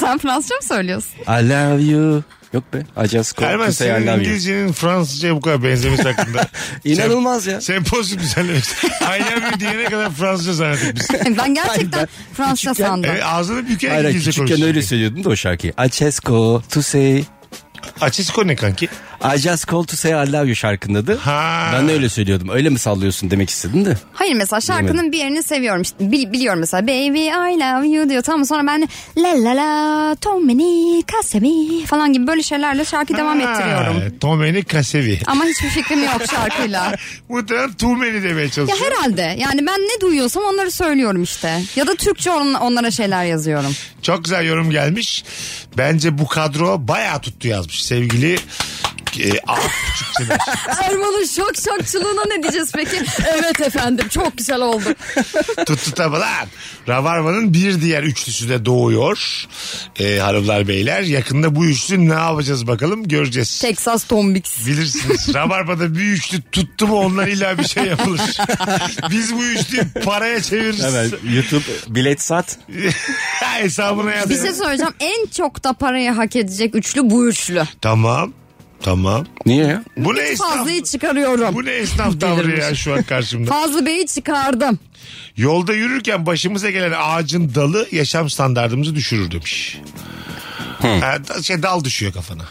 Speaker 4: Sen Fransızca mı söylüyorsun?
Speaker 5: I love you. Yok be. Açesko
Speaker 3: Erman
Speaker 5: to say I
Speaker 3: senin
Speaker 5: love you.
Speaker 3: İngilizcenin Fransızca'ya bu kadar benzemesi hakkında.
Speaker 5: İnanılmaz ya.
Speaker 3: Sempozyum düzenlemek istedim. Aynen bir diyene kadar Fransızca zannettik biz.
Speaker 4: Ben gerçekten Fransızca
Speaker 5: küçükken-
Speaker 4: sandım.
Speaker 3: Evet, E, ağzını bükerek
Speaker 5: Hayır
Speaker 3: İngilizce konuşuyor.
Speaker 5: küçükken öyle söylüyordum da o şarkıyı. Açesko to say.
Speaker 3: Açesko ne kanki?
Speaker 5: I just called to say I love you şarkının adı.
Speaker 3: Ha.
Speaker 5: Ben de öyle söylüyordum. Öyle mi sallıyorsun demek istedim de.
Speaker 4: Hayır mesela şarkının
Speaker 5: Bilemedim.
Speaker 4: bir yerini seviyorum. İşte bil- biliyorum mesela Baby I love you diyor tamam mı? sonra ben de la la la Tomini Kasemi falan gibi böyle şeylerle şarkıyı devam
Speaker 3: Ha,
Speaker 4: ettiriyorum.
Speaker 3: Tomeni Kasevi.
Speaker 4: Ama hiçbir fikrim yok şarkıyla.
Speaker 3: Muhtemelen Tumeni demeye
Speaker 4: Ya
Speaker 3: çalışıyor.
Speaker 4: herhalde yani ben ne duyuyorsam onları söylüyorum işte. Ya da Türkçe on- onlara şeyler yazıyorum.
Speaker 3: Çok güzel yorum gelmiş. Bence bu kadro bayağı tuttu yazmış. Sevgili e, Alp Küçükçener.
Speaker 4: Erman'ın şok şokçuluğuna ne diyeceğiz peki? Evet efendim çok güzel oldu.
Speaker 3: tuttu tabi lan. Ravarva'nın bir diğer üçlüsü de doğuyor. E, hanımlar beyler yakında bu üçlü ne yapacağız bakalım göreceğiz.
Speaker 4: Texas Tombix.
Speaker 3: Bilirsiniz Rabarba'da bir üçlü tuttu mu ondan illa bir şey yapılır. Biz bu üçlüyü paraya çeviririz.
Speaker 5: Evet YouTube bilet sat.
Speaker 3: Hesabına yazarız.
Speaker 4: Bir şey söyleyeceğim en çok da parayı hak edecek üçlü bu üçlü.
Speaker 3: Tamam. Tamam.
Speaker 5: Niye ya?
Speaker 3: Bu ne esnaf?
Speaker 4: Fazlıyı çıkarıyorum.
Speaker 3: Bu ne esnaf tavrı ya
Speaker 4: Delirmişim.
Speaker 3: şu an karşımda.
Speaker 4: Fazlı Bey'i çıkardım.
Speaker 3: Yolda yürürken başımıza gelen ağacın dalı yaşam standartımızı düşürür demiş. Ha, da- şey dal düşüyor kafana.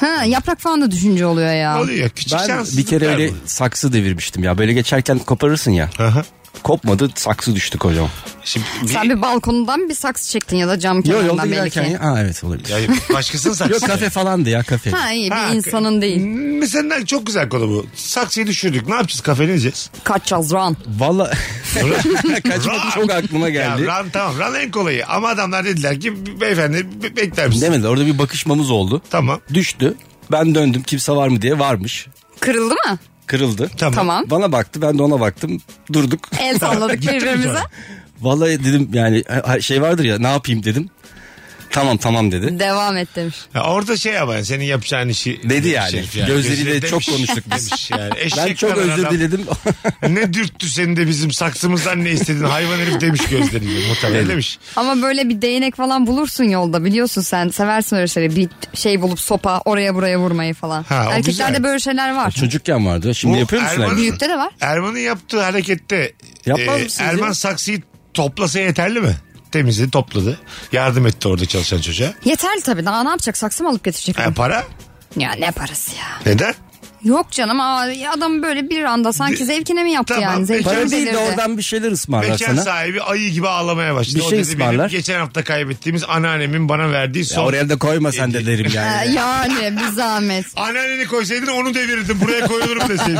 Speaker 4: Ha, yaprak falan da düşünce oluyor ya.
Speaker 3: Oluyor küçük
Speaker 5: Ben bir
Speaker 3: şanssızlıklar
Speaker 5: kere öyle
Speaker 3: bu.
Speaker 5: saksı devirmiştim ya. Böyle geçerken koparırsın ya.
Speaker 3: Aha.
Speaker 5: Kopmadı saksı düştü kocaman.
Speaker 3: Şimdi
Speaker 4: Sen
Speaker 3: bir-
Speaker 4: bir balkondan bir saksı çektin ya da cam
Speaker 5: Yo yolda
Speaker 4: kenarından belki.
Speaker 5: giderken ya. Aa, evet olabilir.
Speaker 3: Ya, başkasının
Speaker 5: Yok
Speaker 3: saksısı.
Speaker 5: kafe falandı ya kafe.
Speaker 4: Ha iyi bir
Speaker 3: Ha,
Speaker 4: insanın değil.
Speaker 3: Mesela Hmm, çok güzel konu bu. Saksıyı düşürdük. Ne yapacağız? Kafeleneceğiz.
Speaker 4: Kaçacağız run.
Speaker 5: Valla kaçmadı çok aklıma
Speaker 3: Ya
Speaker 5: geldi.
Speaker 3: ran tamam. Ran en kolayı. Ama adamlar dediler ki beyefendi be- bekler misin?
Speaker 5: Demedi orada bir bakışmamız oldu.
Speaker 3: Tamam.
Speaker 5: Düştü. Ben döndüm kimse var mı diye varmış.
Speaker 4: Kırıldı mı?
Speaker 5: Kırıldı.
Speaker 3: Tamam.
Speaker 4: Tamam.
Speaker 5: Bana baktı ben de ona baktım durduk.
Speaker 4: El salladık
Speaker 3: Gittiniz
Speaker 4: birbirimize.
Speaker 3: sonra.
Speaker 5: Vallahi dedim yani ha- şey vardır ya ne yapayım dedim. Tamam tamam dedi.
Speaker 4: Devam et demiş.
Speaker 3: Ya orada şey ama senin yapacağın işi.
Speaker 5: Dedi yani.
Speaker 3: herif
Speaker 5: Gözleriyle
Speaker 3: Gözleri
Speaker 5: çok
Speaker 3: demiş,
Speaker 5: konuştuk biz.
Speaker 3: demiş Yani. Eşek
Speaker 5: Ben çok
Speaker 3: kadar
Speaker 5: özür
Speaker 3: adam.
Speaker 5: diledim.
Speaker 3: Ne dürttü seni de bizim saksımızdan ne istedin hayvan herif demiş gözleriyle muhtemelen
Speaker 5: Evet.
Speaker 3: demiş.
Speaker 4: Ama böyle bir değnek falan bulursun yolda biliyorsun sen. Seversin öyle şeyleri. Bir şey bulup sopa oraya buraya vurmayı falan.
Speaker 3: Ha, o
Speaker 4: Erkeklerde
Speaker 3: güzel.
Speaker 4: böyle şeyler var.
Speaker 5: Çocukken vardı. Şimdi
Speaker 3: Bu
Speaker 5: yapıyor musun?
Speaker 3: Erman-
Speaker 5: abi?
Speaker 4: Büyükte de var.
Speaker 3: Erman'ın yaptığı harekette
Speaker 5: Yapmaz
Speaker 3: e,
Speaker 5: mısınız
Speaker 3: Erman
Speaker 5: ya?
Speaker 3: saksıyı toplasa yeterli mi? Temizledi topladı. Yardım etti orada çalışan çocuğa. E,
Speaker 4: Yeterli tabii. Daha ne yapacak? Saksı mı alıp getirecek?
Speaker 3: Ha,
Speaker 4: adam?
Speaker 3: para
Speaker 4: ya ne parası ya.
Speaker 3: neden?
Speaker 4: Yok canım aa, adam böyle bir anda sanki zevkine mi yaptı
Speaker 3: Tamam,
Speaker 4: yani? Zevkine
Speaker 3: Para
Speaker 5: Para
Speaker 4: mi
Speaker 5: değil de
Speaker 4: delirdi?
Speaker 5: oradan bir şeyler ısmarlar
Speaker 3: Mekan
Speaker 5: sana.
Speaker 3: sahibi ayı gibi ağlamaya başladı.
Speaker 5: Bir
Speaker 3: O
Speaker 5: şey
Speaker 3: dedi benim
Speaker 5: ısmarlar.
Speaker 3: geçen hafta kaybettiğimiz anneannemin bana verdiği
Speaker 5: Ya
Speaker 3: son.
Speaker 5: oraya da koyma sen de derim
Speaker 4: Ha,
Speaker 5: yani.
Speaker 4: Ee, Yani bir zahmet.
Speaker 3: Anneanneni koysaydın onu devirirdim. Buraya koyulurum deseydin.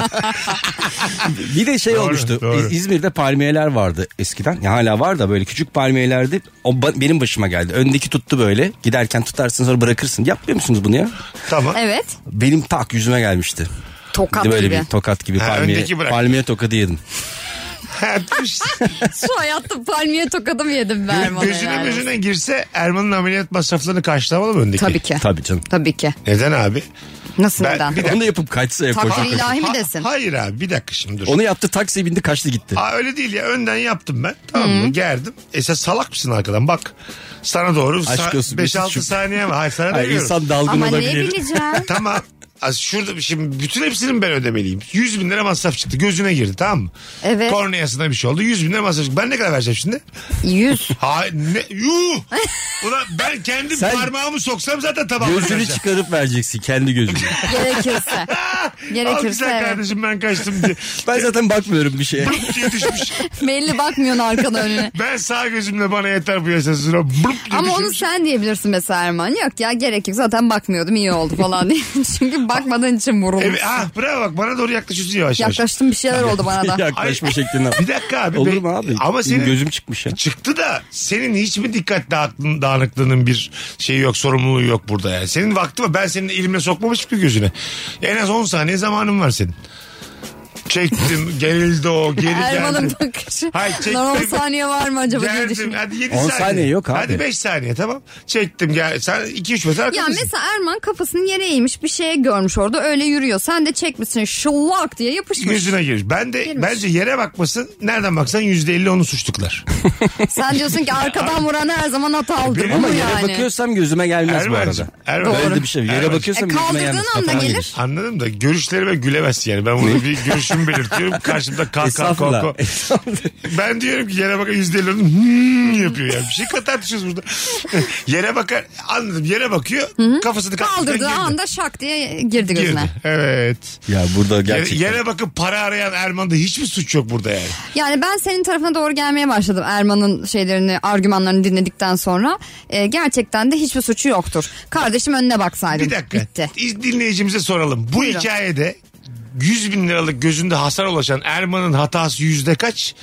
Speaker 5: bir de şey
Speaker 3: Doğru,
Speaker 5: olmuştu.
Speaker 3: doğru.
Speaker 5: İz- İzmir'de palmiyeler vardı eskiden. Ya hala var da böyle küçük palmiyelerdi. O ba- benim başıma geldi. Öndeki tuttu böyle. Giderken tutarsın sonra bırakırsın. Yapmıyor musunuz bunu ya?
Speaker 3: tamam.
Speaker 4: Evet.
Speaker 5: Benim tak yüzüme gelmişti.
Speaker 4: Tokat
Speaker 5: böyle
Speaker 4: gibi.
Speaker 5: bir tokat gibi
Speaker 3: Ha,
Speaker 5: palmiye,
Speaker 3: öndeki bırak.
Speaker 5: palmiye tokadı yedim.
Speaker 4: Şu hayatta palmiye tokadı mı yedim ben bana
Speaker 3: Gözüne
Speaker 4: yani?
Speaker 3: gözüne girse Erman'ın ameliyat masraflarını karşılamalı mı öndeki?
Speaker 4: Tabii ki.
Speaker 5: Tabii canım.
Speaker 4: Tabii ki.
Speaker 3: Neden abi?
Speaker 4: Nasıl
Speaker 3: Ben-
Speaker 4: neden?
Speaker 3: bir-
Speaker 5: Onu da yapıp kaçsa ya koşa
Speaker 4: Takdir
Speaker 5: koşa.
Speaker 4: ilahi mi
Speaker 3: Ha-
Speaker 4: desin?
Speaker 3: hayır abi bir dakika şimdi dur.
Speaker 5: Onu yaptı taksiye bindi kaçtı gitti.
Speaker 3: Aa, öyle değil ya önden yaptım ben. Tamam mı? Gerdim. E sen salak mısın arkadan bak. Sana doğru
Speaker 5: Aşk olsun, bir
Speaker 3: 5-6
Speaker 5: suçum.
Speaker 3: saniye mi? Hayır sana
Speaker 5: Ay,
Speaker 3: demiyorum.
Speaker 5: insan dalgın
Speaker 4: Ama ne
Speaker 5: olabilir.
Speaker 4: bileceğim?
Speaker 3: tamam. Az şurada şimdi bütün hepsini mi ben ödemeliyim. 100 bin lira masraf çıktı. Gözüne girdi tamam mı?
Speaker 4: Evet.
Speaker 3: Korneyasına bir şey oldu. 100 bin lira masraf çıktı. Ben ne kadar vereceğim şimdi?
Speaker 4: Yüz.
Speaker 3: Ha ne? Yuh! Ulan ben kendi
Speaker 5: Sen-
Speaker 3: parmağımı soksam zaten tamam.
Speaker 5: Gözünü çıkarıp vereceksin kendi gözünü.
Speaker 4: Gerekirse.
Speaker 3: Al
Speaker 4: Gerekirse
Speaker 3: güzel
Speaker 4: evet.
Speaker 3: kardeşim ben kaçtım diye.
Speaker 5: ben zaten bakmıyorum bir şeye.
Speaker 3: Yetişmiş.
Speaker 4: Belli bakmıyorsun arkana önüne.
Speaker 3: Ben sağ gözümle bana yeter bu yaşa sonra. Blup diye
Speaker 4: Ama onu
Speaker 3: düşürmüş.
Speaker 4: sen diyebilirsin mesela Erman. Yok ya gerek yok zaten bakmıyordum iyi oldu falan diye. Çünkü bakmadığın için vurulmuşsun.
Speaker 3: Evet, ah bravo bak bana doğru yaklaşıyorsun yavaş yavaş.
Speaker 4: Yaklaştım bir şeyler oldu bana da.
Speaker 5: Yaklaşma şeklinden.
Speaker 3: Bir dakika abi.
Speaker 5: Olur
Speaker 3: be-
Speaker 5: mu abi?
Speaker 3: Ama senin
Speaker 5: Gözüm çıkmış ya.
Speaker 3: çıktı da senin hiç mi dikkat dağıklığın- dağınıklığının bir şeyi yok sorumluluğu yok burada yani. Senin vakti var ben senin elimle sokmamış mı gözüne? En az 10 saniye zamanın var senin. Çektim gerildi o geri
Speaker 4: Erman'ın
Speaker 3: geldi.
Speaker 4: bakışı.
Speaker 3: Hayır, çektim.
Speaker 4: Lan 10 saniye var mı acaba diye
Speaker 3: Geldim.
Speaker 4: düşünüyorum.
Speaker 3: Hadi 7
Speaker 5: 10
Speaker 3: saniye.
Speaker 5: saniye yok abi.
Speaker 3: Hadi 5 saniye tamam. Çektim gel. Sen 2-3 metre
Speaker 4: Ya
Speaker 3: arkadasın.
Speaker 4: mesela Erman kafasını yere eğmiş bir şeye görmüş orada öyle yürüyor. Sen de çekmişsin şıllak diye yapışmış.
Speaker 3: Yüzüne girmiş. Ben de
Speaker 4: Girmiş.
Speaker 3: bence yere bakmasın. Nereden baksan %50 onu suçluklar.
Speaker 4: Sen diyorsun ki arkadan vuran her zaman hatalıdır.
Speaker 3: Benim
Speaker 4: Bu
Speaker 5: Ama
Speaker 4: mu
Speaker 5: yere
Speaker 4: yani.
Speaker 5: bakıyorsam gözüme gelmez
Speaker 3: Erman'cığım.
Speaker 5: bu arada.
Speaker 3: Erman.
Speaker 5: Böyle de bir şey. Yere
Speaker 3: Erman'cığım.
Speaker 5: bakıyorsam
Speaker 4: E,
Speaker 5: gözüme
Speaker 4: kaldırdığın
Speaker 5: gelmez.
Speaker 4: anda
Speaker 5: Kafama
Speaker 4: gelir.
Speaker 5: gelir.
Speaker 3: Anladım da görüşlerime gülemezsin yani. Ben burada bir görüşümü belirtiyorum. Karşımda kalk kalk
Speaker 5: Estağfurullah.
Speaker 3: kalk.
Speaker 5: Estağfurullah.
Speaker 3: Ben diyorum ki yere bakar yüzde elli oldum, hmm yapıyor yani. Bir şey katartışıyoruz burada. yere bakar anladım yere bakıyor kafasını kaldırdı.
Speaker 4: Kaldırdığı
Speaker 3: girdi.
Speaker 4: anda şak diye girdi
Speaker 3: Girdi.
Speaker 4: gözüne.
Speaker 3: Evet.
Speaker 5: Ya burada
Speaker 3: Yere,
Speaker 5: gerçekten.
Speaker 3: yere bakıp para arayan Erman'da hiçbir suç yok burada yani.
Speaker 4: Yani ben senin tarafına doğru gelmeye başladım Erman'ın şeylerini, argümanlarını dinledikten sonra. Ee, gerçekten de hiçbir suçu yoktur. Kardeşim önüne baksaydım.
Speaker 3: Bir dakika.
Speaker 4: Bitti.
Speaker 3: İz- Dinleyicimize soralım. Bu
Speaker 4: Buyurun.
Speaker 3: hikayede 100 bin liralık gözünde hasar ulaşan Erman'ın hatası yüzde kaç?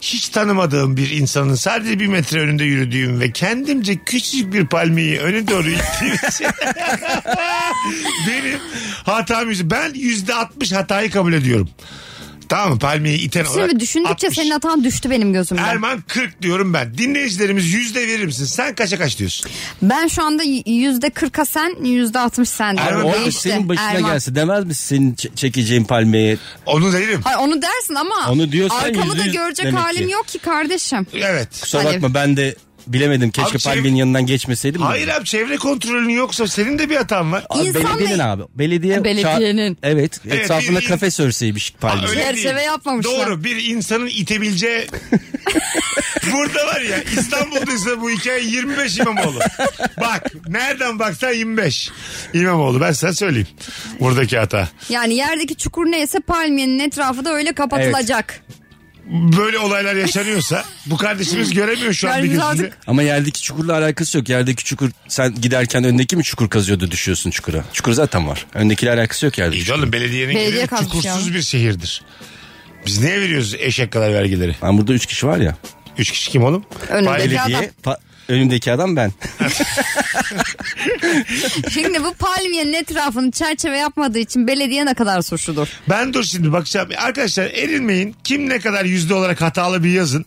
Speaker 3: Hiç tanımadığım bir insanın sadece bir metre önünde yürüdüğüm ve kendimce küçücük bir palmiyeyi öne doğru ittiğim için benim hatam yüzde. Ben yüzde 60 hatayı kabul ediyorum. Tamam mı? Palmiyeyi iten olarak.
Speaker 4: Şimdi düşündükçe
Speaker 3: 60.
Speaker 4: senin hatan düştü benim gözümden.
Speaker 3: Erman 40 diyorum ben. Dinleyicilerimiz yüzde verir misin? Sen kaça kaç diyorsun?
Speaker 4: Ben şu anda yüzde kırka sen, yüzde altmış sen. diyorum.
Speaker 3: Erman,
Speaker 5: Orada
Speaker 4: Değişti.
Speaker 5: senin başına
Speaker 4: Erman.
Speaker 5: gelse demez misin senin çe- çekeceğin palmiyeye?
Speaker 3: Onu derim.
Speaker 4: Hayır, onu dersin ama
Speaker 5: Onu diyorsan
Speaker 4: arkamı
Speaker 5: yüzde
Speaker 4: da
Speaker 5: yüz
Speaker 4: görecek
Speaker 5: demek
Speaker 4: halim
Speaker 5: ki.
Speaker 4: yok ki kardeşim.
Speaker 3: Evet.
Speaker 5: Kusura
Speaker 4: Hani-
Speaker 5: bakma ben de bilemedim. Keşke
Speaker 3: Abi çevir-
Speaker 5: palmiyenin yanından geçmeseydim. de.
Speaker 3: Hayır abi çevre kontrolün yoksa senin de bir hatan var.
Speaker 5: Abi,
Speaker 4: İnsan
Speaker 5: belediyenin
Speaker 4: ne-
Speaker 5: abi. Belediye
Speaker 4: Ha, belediyenin.
Speaker 5: şa- evet,
Speaker 3: Evet,
Speaker 5: etrafında
Speaker 3: bir-
Speaker 5: kafes örseymiş palmiye.
Speaker 3: Aa, öyle
Speaker 4: Çerçeve
Speaker 3: değil.
Speaker 4: yapmamışlar.
Speaker 3: Doğru bir insanın itebileceği... Burada var ya İstanbul'daysa bu hikaye 25 İmamoğlu. Bak nereden baksan 25 İmamoğlu ben sana söyleyeyim. Buradaki hata.
Speaker 4: Yani yerdeki çukur neyse palmiyenin etrafı da öyle kapatılacak.
Speaker 3: Böyle olaylar yaşanıyorsa bu kardeşimiz göremiyor şu an
Speaker 4: Yani
Speaker 3: bir
Speaker 4: biz
Speaker 3: gözünde.
Speaker 4: artık-
Speaker 5: Ama yerdeki çukurla alakası yok. Yerdeki çukur sen giderken öndeki mi çukur kazıyordu düşüyorsun çukura. Çukur zaten var. Öndekiyle alakası yok yerde.
Speaker 3: İyi de oğlum E belediyenin
Speaker 4: Belediye
Speaker 3: geliri
Speaker 4: kalmış
Speaker 3: çukursuz
Speaker 4: ya.
Speaker 3: bir şehirdir. Biz niye veriyoruz eşek kadar vergileri?
Speaker 5: Ben burada üç kişi var ya.
Speaker 3: Üç kişi kim oğlum?
Speaker 4: Önündeki
Speaker 3: Belediye-
Speaker 4: adam.
Speaker 5: Belediye pa- önümdeki adam ben.
Speaker 4: Şimdi bu palmiyenin etrafını çerçeve yapmadığı için belediye ne kadar suçludur?
Speaker 3: Ben dur şimdi bakacağım. Arkadaşlar erinmeyin. Kim ne kadar yüzde olarak hatalı bir yazın.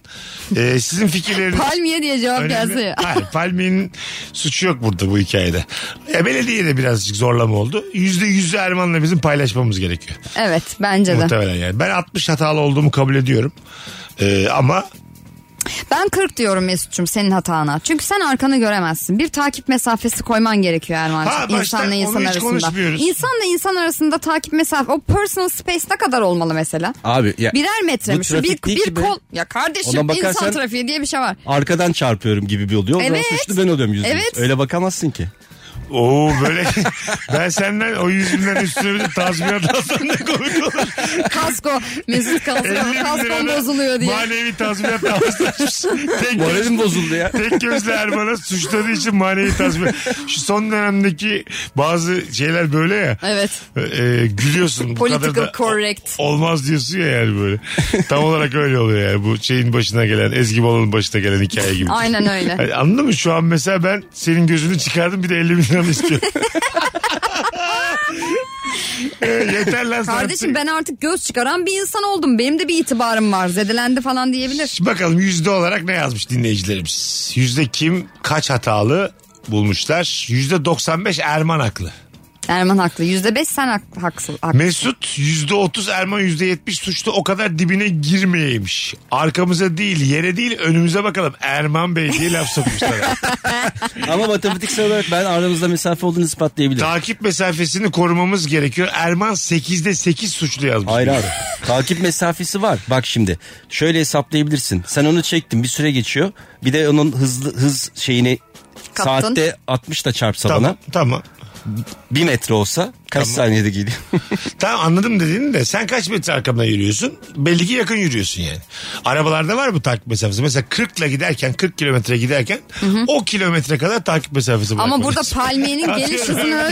Speaker 3: Ee, sizin fikirleriniz...
Speaker 4: Palmiye diye cevap gelse
Speaker 3: Önemli.
Speaker 4: ya.
Speaker 3: Hayır Palmi'nin suçu yok burada bu hikayede. E, belediye de birazcık zorlama oldu. Yüzde yüzü Erman'la bizim paylaşmamız gerekiyor.
Speaker 4: Evet bence de.
Speaker 3: Muhtemelen yani. Ben 60 hatalı olduğumu kabul ediyorum. E, ama
Speaker 4: Ben 40 diyorum Mesut'cum senin hatana. Çünkü sen arkanı göremezsin. Bir takip mesafesi koyman gerekiyor
Speaker 3: Ha,
Speaker 4: Erman'cığım.
Speaker 3: başta
Speaker 4: İnsanla
Speaker 3: onu
Speaker 4: insan
Speaker 3: hiç
Speaker 4: arasında.
Speaker 3: konuşmuyoruz.
Speaker 4: İnsanla insan arasında takip mesafe. O personal space ne kadar olmalı mesela?
Speaker 5: Abi ya,
Speaker 4: Birer metre
Speaker 5: Bu
Speaker 4: mi? Şu
Speaker 5: trafik
Speaker 4: Bir,
Speaker 5: değil
Speaker 4: bir
Speaker 5: ki be.
Speaker 4: kol. Ya kardeşim
Speaker 5: Ona bakarsan-
Speaker 4: insan trafiği diye bir şey var.
Speaker 5: arkadan çarpıyorum gibi bir oluyor. O zaman
Speaker 4: Evet.
Speaker 5: suçlu ben oluyorum yüzde yüz.
Speaker 4: Evet.
Speaker 5: Öyle bakamazsın ki.
Speaker 3: Oo böyle ben senden o yüzümden üstüne bir de tazminat alsam ne komik olur.
Speaker 4: Kasko. Mesut kasko.
Speaker 3: 50
Speaker 4: Kaskon
Speaker 3: lirada
Speaker 4: bozuluyor diye.
Speaker 3: Manevi tazminat davası açmış. Tek
Speaker 5: Moralim bozuldu ya.
Speaker 3: Tek gözle Erman'a suçladığı için manevi tazmin. Şu son dönemdeki bazı şeyler böyle ya.
Speaker 4: Evet.
Speaker 3: Ee, gülüyorsun. bu kadar
Speaker 4: Political
Speaker 3: da
Speaker 4: correct.
Speaker 3: o- Olmaz diyorsun ya yani böyle. Tam olarak öyle oluyor yani. Bu şeyin başına gelen, Ezgi Balan'ın başına gelen hikaye gibi.
Speaker 4: Aynen öyle.
Speaker 3: Yani anladın mı? Şu an mesela ben senin gözünü çıkardım bir de 50 bin lira istiyorum. Ee, Yeter lan sana.
Speaker 4: Kardeşim ben artık göz çıkaran bir insan oldum. Benim de bir itibarım var. Zedelendi falan diyebilir.
Speaker 3: Şimdi bakalım yüzde olarak ne yazmış dinleyicilerimiz? Yüzde kim kaç hatalı bulmuşlar? Yüzde 95 Erman haklı.
Speaker 4: Erman haklı. Yüzde beş sen hak- haksın. Hak.
Speaker 3: Mesut yüzde 30 Erman yüzde 70 suçlu o kadar dibine girmeyeymiş. Arkamıza değil yere değil önümüze bakalım Erman Bey diye laf sokmuşlar.
Speaker 5: Ama matematiksel olarak ben aramızda mesafe olduğunu ispatlayabilirim.
Speaker 3: Takip mesafesini korumamız gerekiyor. Erman 8'de 8 suçlu yazmış.
Speaker 5: Hayır abi. Takip mesafesi var. Bak şimdi şöyle hesaplayabilirsin. Sen onu çektin bir süre geçiyor. Bir de onun hızlı hız şeyini
Speaker 4: Kaptın.
Speaker 5: saatte 60 da çarpsa
Speaker 3: Tamam,
Speaker 5: bana
Speaker 3: tamam.
Speaker 5: 1 metre olsa kaç saniyede geliyor?
Speaker 3: Tamam anladım dediğini de sen kaç metre arkamdan yürüyorsun? Belli ki yakın yürüyorsun yani. Arabalarda var bu takip mesafesi. Mesela 40 ile giderken 40 kilometre giderken o kilometre kadar takip mesafesi
Speaker 4: Ama
Speaker 3: bırakmak
Speaker 4: burada
Speaker 3: lazım.
Speaker 4: palmiyenin geliş
Speaker 3: Atıyorum
Speaker 4: hızını
Speaker 3: öndeki-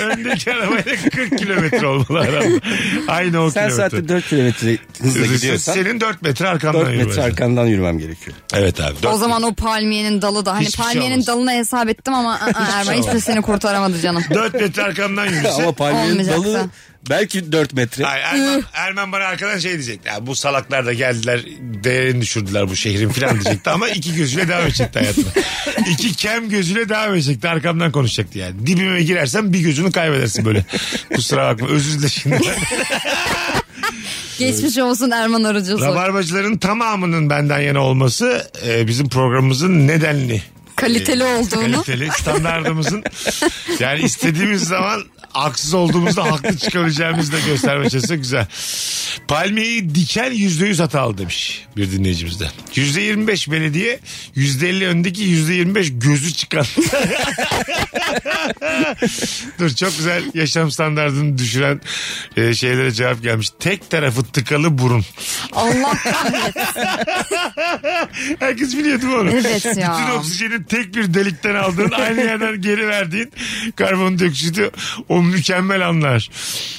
Speaker 3: Öndeki arabayla 40 kilometre olmalı arada. Aynı o
Speaker 5: Sen
Speaker 3: kilometre.
Speaker 5: saatte 4 kilometre hızla
Speaker 3: Hızlısın.
Speaker 5: gidiyorsan
Speaker 3: Senin 4 metre arkandan
Speaker 5: 4 metre
Speaker 3: yürüyorsun.
Speaker 5: arkandan yürümem gerekiyor.
Speaker 3: Evet abi. dört
Speaker 4: O zaman o palmiyenin dalı da. Hani
Speaker 3: Hiçbir şey
Speaker 4: palmiyenin
Speaker 3: olmaz. şey
Speaker 4: dalına hesap ettim ama ı, ı, Erman hiçbir seni kurtaramadı canım.
Speaker 3: 4 metre arkamdan yürüyorsun.
Speaker 5: Ama palmiyenin
Speaker 4: Olmayacaksa.
Speaker 5: dalı belki 4 metre.
Speaker 3: Hayır, Erman, Erman bana arkadan şey diyecekti. Ya, bu salaklar da geldiler değerini düşürdüler bu şehrin falan diyecekti. Ama iki gözüyle devam edecekti hayatına. iki kem gözüyle devam edecekti. Arkamdan konuşacaktı yani. Dibime girersen bir gözünü kaybedersin böyle. Kusura bakma özür dile şimdi.
Speaker 4: Geçmiş olsun Erman Arıcı Soy.
Speaker 3: Rabarbacıların tamamının benden yana olması e, bizim programımızın nedenli.
Speaker 4: Kaliteli olduğunu.
Speaker 3: Ee, Kaliteli standartımızın yani istediğimiz zaman haksız olduğumuzda haklı çıkabileceğimizi de gösterme çalışsa güzel. Palmiyeyi diken yüzde yüz hatalı demiş bir dinleyicimiz de. Yüzde yirmi beş belediye yüzde elli öndeki yüzde yirmi beş gözü çıkan. Dur çok güzel yaşam standartını düşüren e, şeylere cevap gelmiş. Tek tarafı tıkalı burun.
Speaker 4: Allah kahretsin.
Speaker 3: Herkes biliyor değil mi onu?
Speaker 4: Evet ya.
Speaker 3: Bütün oksijeni tek bir delikten aldığın aynı yerden geri verdiğin karbondioksit o mükemmel anlar.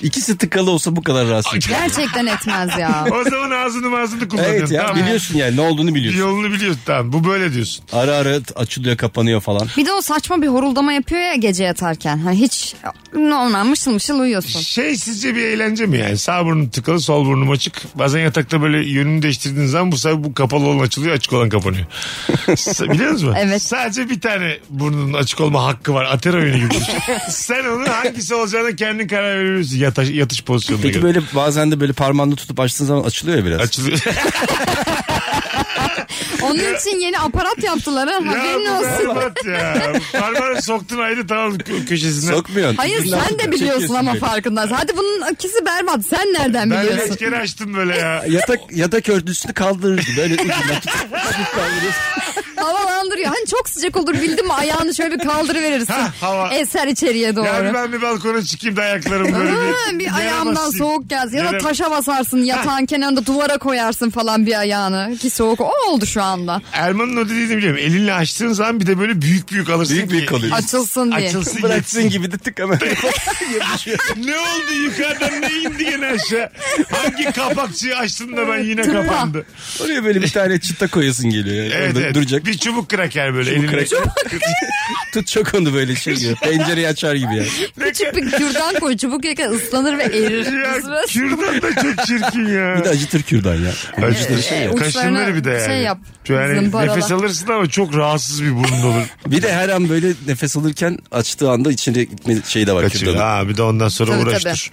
Speaker 5: İkisi tıkalı olsa bu kadar rahatsız.
Speaker 4: Gerçekten etmez ya.
Speaker 3: O zaman ağzını ağzını kullanıyorsun.
Speaker 5: Evet ya
Speaker 3: tamam.
Speaker 5: biliyorsun yani ne olduğunu
Speaker 3: Bir
Speaker 5: biliyorsun.
Speaker 3: Yolunu biliyorsun tamam bu böyle diyorsun.
Speaker 5: Ara ara açılıyor kapanıyor falan.
Speaker 4: Bir de o saçma bir horuldama yapıyor ya gece yatarken. Hani hiç normal mışıl mışıl uyuyorsun.
Speaker 3: Şey sizce bir eğlence mi yani? Sağ burnum tıkalı sol burnum açık. Bazen yatakta böyle yönünü değiştirdiğiniz zaman bu sefer bu kapalı olan açılıyor açık olan kapanıyor. S- Biliyor musun?
Speaker 4: Evet.
Speaker 3: Sadece bir tane burnunun açık olma hakkı var. Ater oyunu gibi. Sen onun hangisi olacağına kendin karar veriyorsun. Yataş, yatış pozisyonuna
Speaker 5: Peki
Speaker 3: göre.
Speaker 5: böyle bazen de böyle parmağını tutup açtığın zaman açılıyor ya biraz.
Speaker 3: Açılıyor.
Speaker 4: Onun için yeni aparat yaptılar ha haberin
Speaker 3: ya bu
Speaker 4: olsun.
Speaker 3: berbat ya. Parmağını soktun ayrı tamam kö- köşesinden.
Speaker 5: Sokmuyorsun.
Speaker 4: Hayır
Speaker 5: Ucundan
Speaker 4: sen de
Speaker 5: tutup
Speaker 4: biliyorsun
Speaker 5: çekiyorsun
Speaker 4: ama
Speaker 5: böyle.
Speaker 4: farkındasın. Hadi bunun ikisi berbat. Sen nereden
Speaker 3: ben
Speaker 4: biliyorsun?
Speaker 3: kaç kere açtım böyle ya.
Speaker 5: Yatak, yatak örtüsünü kaldırırdı. Böyle ucundan tutup hafif kaldırıyorsun.
Speaker 4: Havalandırıyor. Hani çok sıcak olur bildin mi ayağını şöyle bir kaldırıverirsin.
Speaker 3: Ha, hava.
Speaker 4: Eser içeriye doğru.
Speaker 3: Yani ben bir balkona çıkayım da ayaklarım böyle
Speaker 4: Ha,
Speaker 3: bir,
Speaker 4: bir
Speaker 3: yere
Speaker 4: ayağımdan
Speaker 3: basayım.
Speaker 4: soğuk gelsin ya da
Speaker 3: Yere-
Speaker 4: taşa basarsın yatağın kenarında duvara koyarsın falan bir ayağını ki soğuk o oldu şu anda
Speaker 3: Erman'ın o dediğini biliyorum. Elinle açtığın zaman bir de böyle büyük büyük alırsın
Speaker 5: Büyük büyük
Speaker 3: ki-
Speaker 5: alıyorsun.
Speaker 4: açılsın diye.
Speaker 3: Açılsın
Speaker 5: Bıraktığın
Speaker 3: gitsin.
Speaker 5: gibi de tık hemen.
Speaker 3: Ne oldu yukarıdan ne indi gene aşağı? Hangi kapakçıyı açtın da ben yine
Speaker 4: Tırna.
Speaker 3: kapandı.
Speaker 5: Oraya böyle bir tane çıta koyasın geliyor. Yani.
Speaker 3: Evet,
Speaker 5: Orada
Speaker 3: evet.
Speaker 5: duracak.
Speaker 3: Bir çubuk kraker böyle elinle.
Speaker 5: krak- Tut çok onu böyle şey gibi. Pencereyi açar gibi yani.
Speaker 4: Küçük bir kürdan koy çubuk yaka ıslanır ve erir.
Speaker 3: Ya
Speaker 4: Isırır.
Speaker 3: kürdan da çok çirkin ya.
Speaker 5: Bir de acıtır kürdan ya.
Speaker 3: Acıdır.
Speaker 4: e,
Speaker 3: Şey,
Speaker 4: uçlarına
Speaker 3: Kaşınları bir de yani.
Speaker 4: şey yap,
Speaker 3: Yani
Speaker 4: zımbarala.
Speaker 3: nefes alırsın ama çok rahatsız bir burnun olur.
Speaker 5: Bir de her an böyle nefes alırken açtığı anda içine gitme şeyi de var
Speaker 3: Kaçıyor.
Speaker 5: kürdanın.
Speaker 3: Ha, bir de ondan sonra
Speaker 4: Tabii,
Speaker 3: uğraştır.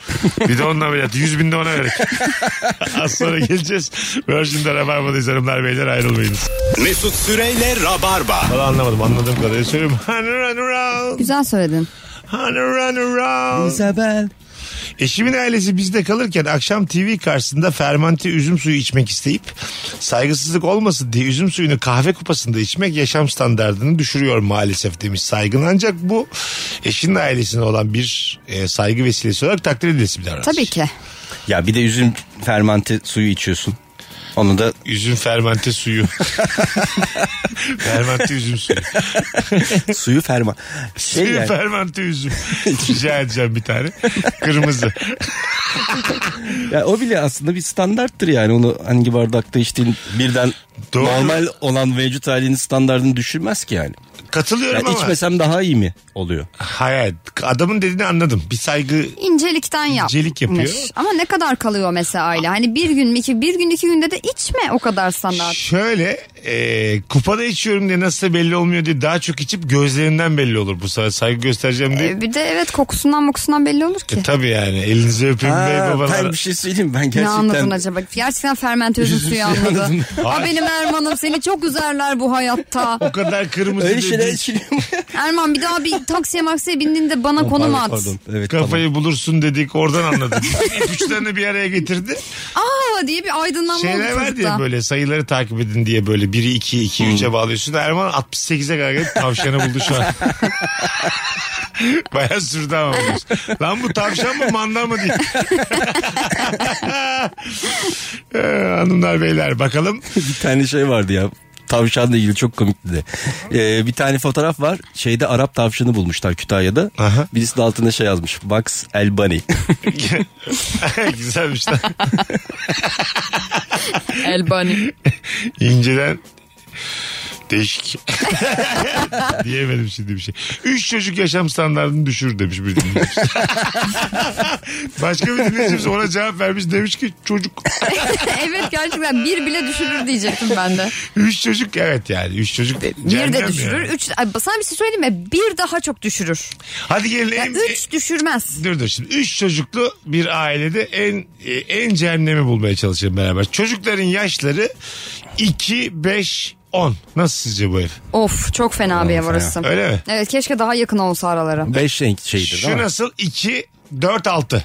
Speaker 3: bir de ondan ameliyatı. Yüz bin de ona verek. Az sonra geleceğiz. Virgin'de Rabarba'dayız hanımlar beyler ayrılmayınız.
Speaker 2: Mesut Süreyle Rabarba.
Speaker 3: Valla anlamadım anladığım kadarıyla söyleyeyim. Honey run around.
Speaker 4: Güzel söyledin.
Speaker 3: Honey run around.
Speaker 5: Isabel.
Speaker 3: Eşimin ailesi bizde kalırken akşam TV karşısında fermante üzüm suyu içmek isteyip saygısızlık olmasın diye üzüm suyunu kahve kupasında içmek yaşam standartını düşürüyor maalesef demiş saygın. Ancak bu eşinin ailesine olan bir e, saygı vesilesi olarak takdir edilesi bir davranış.
Speaker 4: Tabii ki.
Speaker 5: Ya bir de üzüm fermante suyu içiyorsun. Onu da
Speaker 3: Üzüm fermente suyu. fermente üzüm suyu.
Speaker 5: suyu ferma. Şey
Speaker 3: Suyu
Speaker 5: yani,
Speaker 3: fermente üzüm. Rica edeceğim bir tane. Kırmızı.
Speaker 5: ya o bile aslında bir standarttır yani. Onu hangi bardakta içtiğin birden
Speaker 3: Doğru.
Speaker 5: normal olan mevcut halinin standartını düşürmez ki yani.
Speaker 3: Katılıyorum
Speaker 5: Yani
Speaker 3: ama.
Speaker 5: içmesem daha iyi mi oluyor?
Speaker 3: Hayır. Adamın dediğini anladım. Bir saygı
Speaker 4: İncelikten yapmış.
Speaker 3: İncelik yapıyor.
Speaker 4: Ama ne kadar kalıyor mesela aile? Hani bir gün mü iki, bir gün iki günde de içme o kadar standart.
Speaker 3: Şöyle e, kupada içiyorum diye nasıl belli olmuyor diye daha çok içip gözlerinden belli olur bu sefer saygı göstereceğim diye.
Speaker 4: Ee, Bir de evet kokusundan mokusundan belli olur ki.
Speaker 3: E, tabii yani elinizi öpeyim bey
Speaker 5: Aa,
Speaker 3: babalar.
Speaker 5: ben bir şey söyleyeyim ben
Speaker 4: Ne anladın
Speaker 5: gerçekten
Speaker 4: acaba? Gerçekten fermentözün suyu anladı. Ha benim Erman'ım seni çok üzerler bu hayatta.
Speaker 3: O kadar kırmızı
Speaker 5: öyle şeyler
Speaker 3: dediğin
Speaker 5: içiliyor.
Speaker 4: Erman bir daha bir taksiye maksiye bindiğinde bana konum
Speaker 5: Pardon,
Speaker 4: at.
Speaker 5: pardon. Evet,
Speaker 3: kafayı bulursun dedik oradan anladım. İlk Üçlerini bir araya getirdi.
Speaker 4: Aa diye bir aydınlanma
Speaker 3: Şeyler
Speaker 4: oldu
Speaker 3: var diye
Speaker 4: çocukta.
Speaker 3: böyle sayıları takip edin diye böyle 1'i 2'yi 2'yi 3'e bağlıyorsun. Erman 68'e kadar gelip tavşanı buldu şu an. Baya sürdü ama. bu. Lan bu tavşan mı mandal mı diye. Ee, Hanımlar beyler bakalım.
Speaker 5: bir tane şey vardı ya. Tavşanla ilgili çok komikti de. Ee, bir tane fotoğraf var. Şeyde Arap tavşanı bulmuşlar Kütahya'da.
Speaker 3: Aha.
Speaker 5: Birisi de altında şey yazmış. Box El Bunny.
Speaker 3: Güzelmiş lan.
Speaker 4: Elbani.
Speaker 3: İnceden değişik. Diyemedim şimdi bir şey. Üç çocuk yaşam standartını düşür demiş bir dinleyicimiz. Başka bir dinleyicimiz ona cevap vermiş demiş ki çocuk
Speaker 4: evet gerçekten bir bile düşürür diyecektim ben de.
Speaker 3: Üç çocuk evet yani. Üç çocuk.
Speaker 4: Bir
Speaker 3: cehennem
Speaker 4: de düşürür.
Speaker 3: yani.
Speaker 4: Üç, ay, sana bir şey söyleyeyim mi? Bir daha çok düşürür.
Speaker 3: Hadi gelin
Speaker 4: Ya
Speaker 3: en,
Speaker 4: üç düşürmez.
Speaker 3: Dur dur şimdi. Üç çocuklu bir ailede en e, en cehennemi bulmaya çalışalım beraber. Çocukların yaşları 2, 5, 10. Nasıl sizce bu ev?
Speaker 4: Of çok fena bir ev
Speaker 5: fena.
Speaker 4: orası.
Speaker 3: Öyle mi?
Speaker 4: Evet keşke daha yakın olsa araları.
Speaker 5: Beş renk şeydir değil
Speaker 3: Şu
Speaker 5: mi?
Speaker 3: nasıl? 2, 4, 6.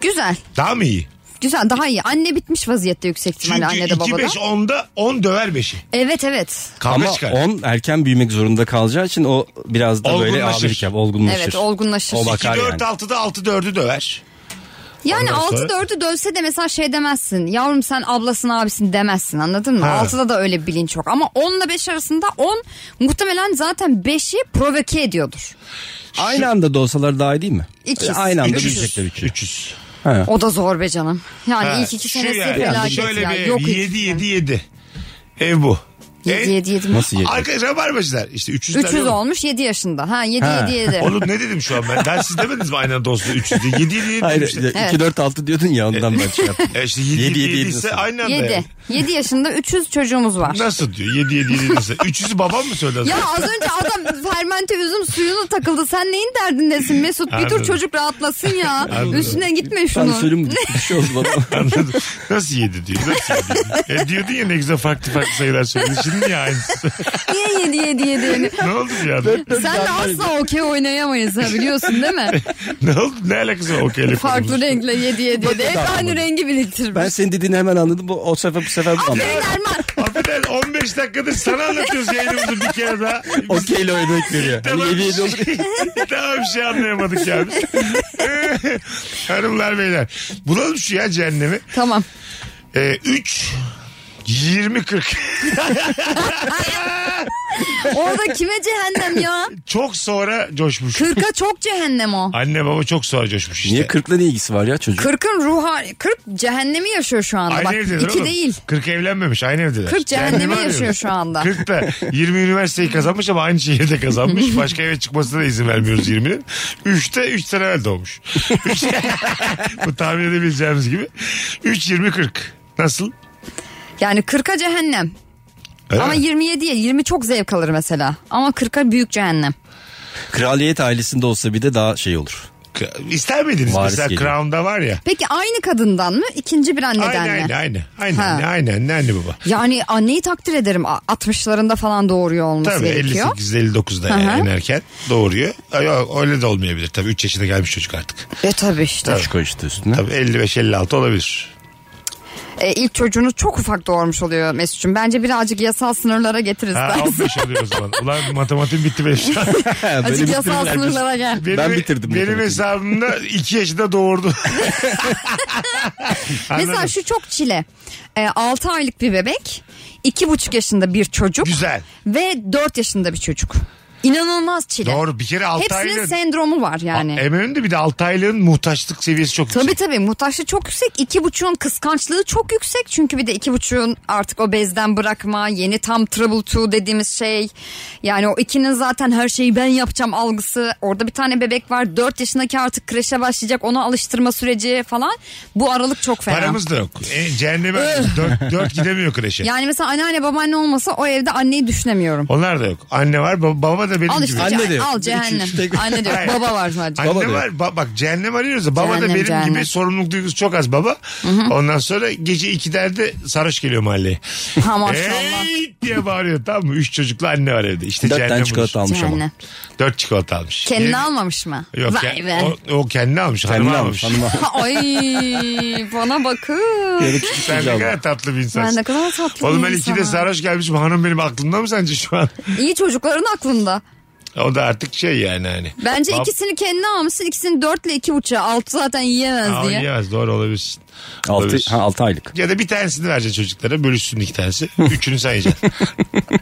Speaker 4: Güzel.
Speaker 3: Daha mı iyi?
Speaker 4: Güzel daha iyi. Anne bitmiş vaziyette yüksek
Speaker 3: Çünkü
Speaker 4: ihtimalle anne de
Speaker 3: 2,
Speaker 4: babada.
Speaker 3: 5, 10'da 10 döver 5'i.
Speaker 4: Evet evet.
Speaker 3: Kavga
Speaker 5: Ama
Speaker 3: çıkar.
Speaker 5: on erken büyümek zorunda kalacağı için o biraz da böyle
Speaker 3: Olgunlaşır.
Speaker 5: abilik yap, olgunlaşır.
Speaker 4: Evet olgunlaşır.
Speaker 5: O
Speaker 3: 2,
Speaker 5: bakar
Speaker 3: 4,
Speaker 5: yani.
Speaker 3: 6'da 6, 4'ü döver.
Speaker 4: Yani
Speaker 3: Ondan sonra-
Speaker 4: 6 4'ü dövse de mesela şey demezsin. Yavrum sen ablasın abisin demezsin anladın mı?
Speaker 3: Ha.
Speaker 4: 6'da da öyle bir bilinç yok. Ama 10 ile 5 arasında 10 muhtemelen zaten 5'i provoke ediyordur.
Speaker 5: Aynı anda da olsalar daha iyi değil mi?
Speaker 4: İkiz.
Speaker 5: Aynı anda
Speaker 4: Üçüz.
Speaker 5: büyüyecekler üçü.
Speaker 3: 300.
Speaker 4: O da zor be canım. Yani
Speaker 3: Ha,
Speaker 4: ilk iki
Speaker 3: şu
Speaker 4: senesi
Speaker 3: yani.
Speaker 4: felaket
Speaker 3: Şöyle
Speaker 4: ya.
Speaker 3: bir ev.
Speaker 4: Yok
Speaker 3: 7, 7, 7. Ev bu.
Speaker 4: 7
Speaker 3: En-
Speaker 4: 7 7.
Speaker 5: Nasıl yedi?
Speaker 3: Arkadaşlar barbacılar işte 300 tane
Speaker 4: 300
Speaker 3: yok.
Speaker 4: olmuş 7 yaşında. Ha 7
Speaker 5: Ha.
Speaker 4: 7 7.
Speaker 3: Oğlum ne dedim şu an ben? Ben siz demediniz mi aynı anda olsun 300 diye? 7 7 7
Speaker 5: Hayır,
Speaker 3: işte.
Speaker 5: 2, 4, 6 diyordun ya ondan ben şey yaptım.
Speaker 3: E işte 7 7,
Speaker 5: Yedi, yedi,
Speaker 3: ise
Speaker 5: yedi.
Speaker 3: aynı anda.
Speaker 4: 7.
Speaker 3: yani.
Speaker 4: 7 yaşında 300 çocuğumuz var.
Speaker 3: Nasıl diyor? 7 7 7 ise. 300'ü babam mı söyledi?
Speaker 4: Ya az önce adam fermente üzüm suyunu takıldı. Sen neyin derdindesin Mesut? Bir
Speaker 3: Anladım.
Speaker 4: dur çocuk rahatlasın ya.
Speaker 3: Anladım.
Speaker 4: Üstüne gitme
Speaker 5: Ben
Speaker 4: şunu.
Speaker 5: söyleyeyim mi? bir şey oldu bana.
Speaker 3: Anladım. Nasıl 7 diyor? Nasıl 7? E diyordun ya ne güzel farklı farklı sayılar söyledi. Şimdi ya aynısı.
Speaker 4: Niye yedi yedi yedi? yedi?
Speaker 3: ne oldu ya? Ne,
Speaker 4: Sen de asla okey oynayamayız ha biliyorsun değil mi?
Speaker 3: ne oldu? Ne alakası var okeyle
Speaker 4: Farklı
Speaker 3: konumuz?
Speaker 4: renkle yedi yedi yedi. Hep aynı rengi
Speaker 5: Ben
Speaker 4: biriktirmiş.
Speaker 5: senin dediğini hemen anladım. Bu, o sefer bu sefer bu anladım.
Speaker 4: Aferin Erman.
Speaker 3: Affeder 15 dakikadır sana anlatıyoruz yayınımızı bir kere daha. Biz
Speaker 5: Okeyle oynamak veriyor. Hani
Speaker 3: Tamam.
Speaker 5: yedi yedi olur.
Speaker 3: Daha bir şey anlayamadık ya biz. Hanımlar beyler. Bulalım şu ya cehennemi.
Speaker 4: Tamam.
Speaker 3: Ee, 3 20 40
Speaker 4: Orada kime cehennem ya?
Speaker 3: çok sonra coşmuş.
Speaker 4: Kırka çok cehennem o.
Speaker 3: Anne baba çok sonra coşmuş işte.
Speaker 5: Niye 40'la ne ilgisi var ya çocuk?
Speaker 4: Kırkın ruh hali. Kırk cehennemi yaşıyor şu anda.
Speaker 3: Aynı
Speaker 4: Bak
Speaker 3: evdeler
Speaker 4: iki
Speaker 3: oğlum.
Speaker 4: değil.
Speaker 3: 40 evlenmemiş aynı evdeler.
Speaker 4: 40 cehennemi
Speaker 3: Cehennemi
Speaker 4: yaşıyor
Speaker 3: arıyoruz.
Speaker 4: şu anda.
Speaker 3: 40 da 20 üniversiteyi kazanmış ama aynı şehirde kazanmış. Başka eve çıkmasına da izin vermiyoruz 20'nin. 3'te 3 sene evvel doğmuş. Üç- Bu tahmin edebileceğimiz gibi. 3 20 40. Nasıl?
Speaker 4: Yani kırka cehennem.
Speaker 3: Öyle
Speaker 4: Ama
Speaker 3: mi?
Speaker 4: 27'ye 20 çok zevk alır mesela. Ama 40'a büyük cehennem.
Speaker 5: Kraliyet ailesinde olsa bir de daha şey olur.
Speaker 3: İster miydiniz
Speaker 5: Varis
Speaker 3: mesela
Speaker 5: geliyor.
Speaker 3: Crown'da var ya.
Speaker 4: Peki aynı kadından mı ikinci bir anneden
Speaker 3: Aynı
Speaker 4: mi?
Speaker 3: aynı aynı. Aynı
Speaker 4: Ha.
Speaker 3: anne aynı anne anne baba.
Speaker 4: Yani anneyi takdir ederim A- 60'larında falan doğuruyor olması
Speaker 3: Tabii
Speaker 4: gerekiyor.
Speaker 3: 58-59'da
Speaker 4: Hı hı.
Speaker 3: yani inerken doğuruyor. Ay, Yok, öyle de olmayabilir tabii 3 yaşına gelmiş çocuk artık.
Speaker 4: E tabii işte.
Speaker 5: Taş koy işte üstüne.
Speaker 3: Tabii 55-56 olabilir.
Speaker 4: E, ilk çocuğunu çok ufak doğurmuş oluyor Mesut'cum. Bence birazcık yasal sınırlara getiririz.
Speaker 3: Ha, 15 oluyor o zaman. Ulan matematiğim bitti benim şu an.
Speaker 4: Azıcık yasal
Speaker 5: bitirirler biz.
Speaker 4: sınırlara gel.
Speaker 3: Benim,
Speaker 5: Ben bitirdim
Speaker 3: Benim
Speaker 5: matematiği.
Speaker 3: hesabımda 2 yaşında doğurdu.
Speaker 4: Mesela
Speaker 3: Anladım.
Speaker 4: şu çok çile. E, 6 aylık bir bebek, 2,5 yaşında bir çocuk
Speaker 3: Güzel.
Speaker 4: ve 4 yaşında bir çocuk. İnanılmaz çile.
Speaker 3: Doğru bir kere 6
Speaker 4: Hepsinin
Speaker 3: aylığın.
Speaker 4: sendromu var yani.
Speaker 3: Eminim de bir de 6 aylığın muhtaçlık seviyesi çok
Speaker 4: Tabii
Speaker 3: yüksek.
Speaker 4: tabii muhtaçlığı çok yüksek. iki buçuğun kıskançlığı çok yüksek. Çünkü bir de iki buçuğun artık o bezden bırakma, yeni tam trouble two dediğimiz şey. Yani o ikinin zaten her şeyi ben yapacağım algısı. Orada bir tane bebek var. Dört yaşındaki artık kreşe başlayacak. Ona alıştırma süreci falan. Bu aralık çok fena.
Speaker 3: Paramız da yok. E, cehenneme 4, 4 gidemiyor kreşe.
Speaker 4: Yani mesela anneanne babaanne olmasa o evde anneyi düşünemiyorum.
Speaker 3: Onlar da yok. Anne var baba, baba da benim
Speaker 4: Al işte
Speaker 3: gibi.
Speaker 5: Anne
Speaker 4: ce-
Speaker 5: de yok.
Speaker 4: al
Speaker 5: Üç-
Speaker 4: cehennem.
Speaker 5: üç tek-
Speaker 4: Anne diyor
Speaker 3: Hayır.
Speaker 4: baba var sadece.
Speaker 3: Anne
Speaker 5: Baba da
Speaker 3: var. Ba- bak cehennem arıyoruz da baba da
Speaker 4: Cehennem,
Speaker 3: benim
Speaker 4: cehennem.
Speaker 3: gibi sorumluluk duygusu çok az baba. Ondan sonra gece 2'lerde sarhoş geliyor mahalleye.
Speaker 4: Ha maşallah.
Speaker 3: Hey diye bağırıyor tamam mı? Üç çocuklu anne var evde. İşte
Speaker 5: Dört
Speaker 3: cehennem
Speaker 5: tane
Speaker 3: çikolata
Speaker 5: çikolata almış ama.
Speaker 4: Cehennem.
Speaker 3: Dört çikolata almış.
Speaker 4: Kendini
Speaker 3: Yeni-
Speaker 4: almamış mı?
Speaker 3: Yok,
Speaker 4: Vay
Speaker 3: ya-
Speaker 4: be.
Speaker 3: O, o kendini almış.
Speaker 5: Kendini
Speaker 3: hanımı
Speaker 5: almış. Hanıma.
Speaker 4: Ay bana bakın.
Speaker 5: Yarı küçük
Speaker 3: Sen
Speaker 5: çocuğa
Speaker 3: ne kadar
Speaker 5: almış.
Speaker 3: tatlı bir
Speaker 4: Ben
Speaker 3: insansın.
Speaker 4: ne kadar tatlı
Speaker 3: Oğlum
Speaker 4: bir
Speaker 3: ben ikide
Speaker 4: insanım.
Speaker 3: sarhoş gelmişim. Hanım benim aklımda mı sence şu an?
Speaker 4: İyi çocukların aklında.
Speaker 3: O da artık şey yani hani.
Speaker 4: Bence
Speaker 3: Bab-
Speaker 4: ikisini kendine almışsın. İkisini dörtle iki buçuğa. Altı zaten yiyemez
Speaker 3: Aa,
Speaker 4: diye.
Speaker 3: yiyemez, doğru olabilirsin.
Speaker 5: Altı,
Speaker 3: Olabilirsin.
Speaker 5: ha, altı aylık.
Speaker 3: Ya da bir tanesini vereceksin çocuklara. Bölüşsün iki tanesi. Üçünü sayacaksın.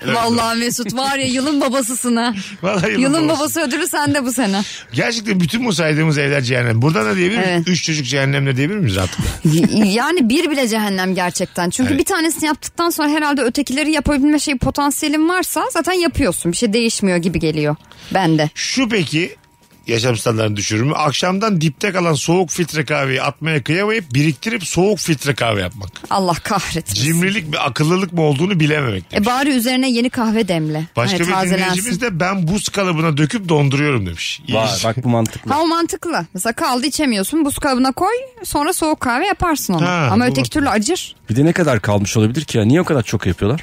Speaker 3: Öyle olur.
Speaker 4: Vallahi Mesut var ya yılın babasısın ha.
Speaker 3: Vallahi
Speaker 4: yılın,
Speaker 3: yılın babası.
Speaker 4: babası ödülü sende bu sene.
Speaker 3: Gerçekten bütün bu saydığımız evler cehennem. Buradan da diyebilir miyiz?
Speaker 4: Evet.
Speaker 3: Üç çocuk cehennemde diyebilir miyiz rahatlıkla?
Speaker 4: Y- yani bir bile cehennem gerçekten. Çünkü
Speaker 3: Evet.
Speaker 4: bir tanesini yaptıktan sonra herhalde ötekileri yapabilme şey potansiyelin varsa zaten yapıyorsun. Bir şey değişmiyor gibi geliyor bende.
Speaker 3: Şu peki yaşam standartını düşürür mü? Akşamdan dipte kalan soğuk filtre kahveyi atmaya kıyamayıp biriktirip soğuk filtre kahve yapmak.
Speaker 4: Allah kahretmesin.
Speaker 3: Cimrilik mi akıllılık mı olduğunu bilememek. demiş.
Speaker 4: E bari üzerine yeni kahve demle.
Speaker 3: Başka
Speaker 4: Hani
Speaker 3: bir dinleyicimiz de ben buz kalıbına döküp donduruyorum demiş. İyi.
Speaker 5: Var bak bu mantıklı.
Speaker 4: Ha o mantıklı. Mesela kaldı içemiyorsun. Buz kabına koy. Sonra soğuk kahve yaparsın onu.
Speaker 3: Ha,
Speaker 4: Ama
Speaker 3: bu-
Speaker 4: öteki türlü acır.
Speaker 5: Bir de ne kadar kalmış olabilir ki ya? Niye o kadar çok yapıyorlar?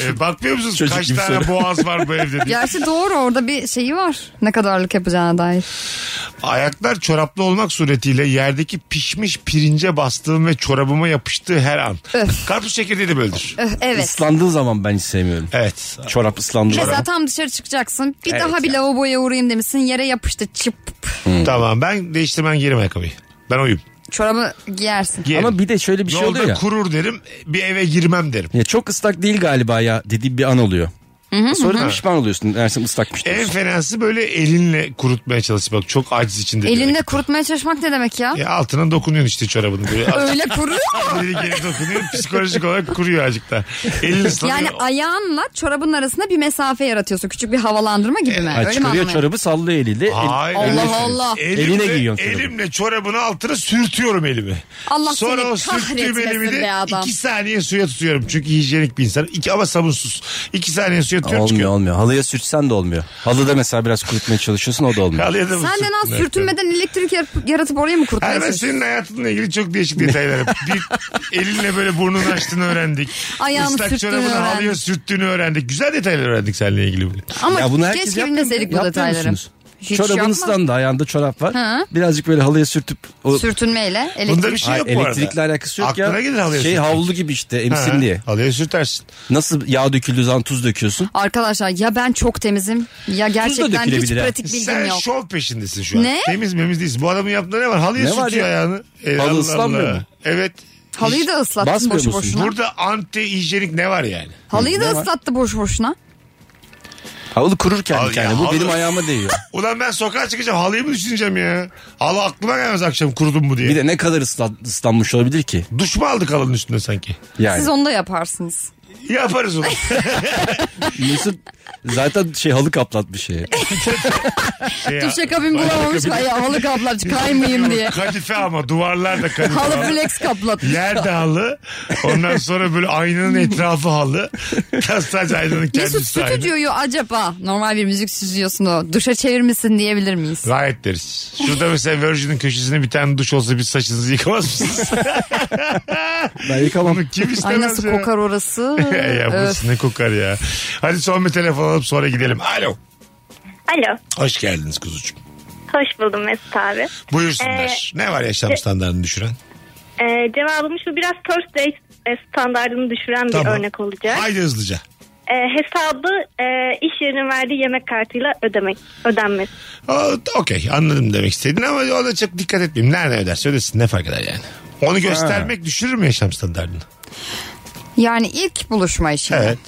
Speaker 3: E, bakmıyor musunuz
Speaker 5: Çocuk
Speaker 3: kaç
Speaker 5: gibi
Speaker 3: tane
Speaker 5: soru.
Speaker 3: boğaz var bu evde diye.
Speaker 4: Gerçi doğru orada bir şeyi var. Ne kadarlık yapacağına dair.
Speaker 3: Ayaklar çoraplı olmak suretiyle yerdeki pişmiş pirince bastığım ve çorabıma yapıştığı her an.
Speaker 4: Öf.
Speaker 3: Karpuz çekirdeği de böyledir.
Speaker 4: Öh, evet.
Speaker 5: Islandığı zaman ben hiç sevmiyorum.
Speaker 3: Evet.
Speaker 5: Çorap ıslandığı
Speaker 4: Mesela
Speaker 5: zaman.
Speaker 4: tam dışarı çıkacaksın. Bir
Speaker 5: Evet
Speaker 4: daha bir lavaboya uğrayayım demişsin. Yere yapıştı çıp.
Speaker 3: Tamam ben değiştirmen giyerim ayakkabıyı. Ben oyum.
Speaker 4: Çorabı giyersin.
Speaker 3: Giyerim.
Speaker 5: Ama bir de şöyle bir şey
Speaker 3: Yolda
Speaker 5: oluyor ya.
Speaker 3: kurur derim bir eve girmem derim.
Speaker 5: Ya çok ıslak değil galiba ya dediğim bir an oluyor. Sonra da pişman oluyorsun. Dersin ıslakmış.
Speaker 3: En
Speaker 5: diyorsun.
Speaker 3: fenası böyle elinle kurutmaya çalışmak. çok aciz içinde. bir
Speaker 4: Elinde
Speaker 3: hareket.
Speaker 4: kurutmaya çalışmak ne demek ya?
Speaker 3: Ya altına dokunuyorsun işte çorabını. Böyle az-
Speaker 4: Öyle kuruyor mu?
Speaker 3: geri geri dokunuyor. Psikolojik olarak kuruyor azıcık da. Elin ıslanıyor.
Speaker 4: Yani ayağınla çorabın arasında bir mesafe yaratıyorsun. Küçük bir havalandırma gibi mi?
Speaker 5: Ha,
Speaker 4: Öyle mi
Speaker 5: çıkarıyor
Speaker 4: anlamaya-
Speaker 5: çorabı sallıyor eliyle. El-
Speaker 3: Hayır.
Speaker 4: Allah Allah.
Speaker 5: Eline giyiyorsun çorabı.
Speaker 3: Elimle çorabının altına sürtüyorum elimi.
Speaker 4: Allah
Speaker 3: Sonra
Speaker 4: seni
Speaker 3: o sürttüğüm
Speaker 4: kahretmesin
Speaker 3: elimi de
Speaker 4: be adam.
Speaker 3: iki saniye suya tutuyorum. Çünkü hijyenik bir insan. İki, ama sabunsuz. İki saniye suya tutuyorum.
Speaker 5: Olmuyor
Speaker 3: çıkıyorum.
Speaker 5: olmuyor. Halıya sürtsen de olmuyor. Halıda mesela biraz kurutmaya çalışıyorsun o da olmuyor.
Speaker 3: Halıya da mı
Speaker 4: Sen de
Speaker 3: sürttün?
Speaker 4: lan
Speaker 3: Evet, evet.
Speaker 4: sürtünmeden elektrik yar- yaratıp oraya mı kurutmaya
Speaker 3: Ermen
Speaker 4: çalışıyorsun?
Speaker 5: şey
Speaker 3: senin hayatınla ilgili çok değişik detaylar. bir elinle böyle burnunu açtığını öğrendik.
Speaker 4: Ayağını
Speaker 3: Islak
Speaker 4: sürttüğünü
Speaker 3: çorabını
Speaker 4: öğrendik.
Speaker 3: halıya sürttüğünü öğrendik. Güzel detaylar öğrendik seninle ilgili bugün.
Speaker 4: Ama
Speaker 5: ya bunu herkes
Speaker 4: keşke
Speaker 5: yapmıyor mu?
Speaker 4: bilmeseydik bu
Speaker 5: Yapmıyor
Speaker 4: detayları.
Speaker 5: musunuz?
Speaker 3: şey
Speaker 4: Hiç şey
Speaker 5: Çorabın
Speaker 4: yapma.
Speaker 5: ıslandı ayağında çorap var.
Speaker 4: Hı.
Speaker 5: Birazcık böyle halıya sürtüp o
Speaker 4: Sürtünmeyle elektrik.
Speaker 3: Bunda bir şey
Speaker 5: Hayır,
Speaker 3: yok bu arada.
Speaker 5: elektrikle alakası yok
Speaker 3: Aklına
Speaker 5: ya.
Speaker 3: gelir halıya
Speaker 5: şey
Speaker 3: sürtmek.
Speaker 5: havlu gibi işte
Speaker 3: Ha,
Speaker 5: emsin diye.
Speaker 3: Halıya sürtersin.
Speaker 5: Nasıl yağ döküldüğü zaman tuz döküyorsun.
Speaker 4: Arkadaşlar ya ben çok temizim ya gerçekten hiç
Speaker 5: dökülebilir ha.
Speaker 4: pratik bilgim
Speaker 3: Sen
Speaker 4: yok.
Speaker 3: şov peşindesin şu an.
Speaker 4: Ne?
Speaker 3: Temiz memiz değilsin. Bu adamın yaptığı ne var? Halıya
Speaker 5: Ne var
Speaker 3: sürtüyor
Speaker 5: ya?
Speaker 3: ayağını. Ee,
Speaker 5: Halı
Speaker 3: Allah
Speaker 5: ıslanmıyor
Speaker 3: Allah.
Speaker 5: mu?
Speaker 3: Evet.
Speaker 4: Halıyı da ıslattın
Speaker 5: Basmıyor
Speaker 4: boş
Speaker 5: musun?
Speaker 4: boşuna.
Speaker 3: Burada anti hijyenik ne var yani?
Speaker 4: Halıyı da
Speaker 5: Ne var?
Speaker 4: ıslattı boş boşuna.
Speaker 5: Havlu kurur kendi
Speaker 3: Al-
Speaker 5: kendine.
Speaker 3: ya
Speaker 5: Bu
Speaker 3: halı-
Speaker 5: benim ayağıma değiyor.
Speaker 3: Ulan ben sokağa çıkacağım halıyı mı düşüneceğim ya? Halı aklıma gelmez akşam kurudum mu diye.
Speaker 5: Bir de ne kadar ıslan- ıslanmış olabilir ki?
Speaker 3: Duş mu aldık halının üstünde sanki? Şey
Speaker 5: Yani.
Speaker 4: Siz onu da yaparsınız.
Speaker 3: Yaparız onu.
Speaker 5: Mesut Zaten şey halı kaplatmış şey.
Speaker 3: Şey ya,
Speaker 4: Dur şakabim bulamamış. Ay, havalı kaplaç kaymayayım diye.
Speaker 3: Kadife ama duvarlar da kadife.
Speaker 4: Halı flex kaplatmış.
Speaker 3: Yer de halı. Ondan sonra böyle aynanın etrafı halı. Sadece aynanın kendisi
Speaker 4: Mesut stüdyoyu acaba normal bir müzik stüdyosunu duşa çevirmesin diyebilir miyiz?
Speaker 3: Gayet deriz. Şurada mesela Virgin'in köşesinde bir tane duş olsa bir saçınızı yıkamaz mısınız?
Speaker 5: Ben yıkamam.
Speaker 3: Bunu kim istemez
Speaker 4: Ay nasıl
Speaker 3: ya?
Speaker 4: kokar orası? Ee,
Speaker 3: ya burası ne kokar ya. Hadi son bir telefon alıp sonra gidelim. Alo.
Speaker 8: Alo.
Speaker 3: Hoş geldiniz kuzucuğum.
Speaker 8: Hoş buldum Mesut abi.
Speaker 3: Buyursunlar. ne var yaşam standartını düşüren?
Speaker 8: Ee, cevabım şu biraz first date e, standartını düşüren bir
Speaker 3: Tamam.
Speaker 8: örnek olacak.
Speaker 3: Haydi hızlıca.
Speaker 8: Ee, hesabı e, iş yerinin verdiği yemek kartıyla ödemek, ödenmesi.
Speaker 3: O- Okey anladım demek istedin ama ona çok dikkat etmeyeyim. Nerede öderse ödesin ne fark eder yani. Onu göstermek düşürür mü yaşam standartını?
Speaker 4: Yani ilk buluşma işi.
Speaker 3: Evet.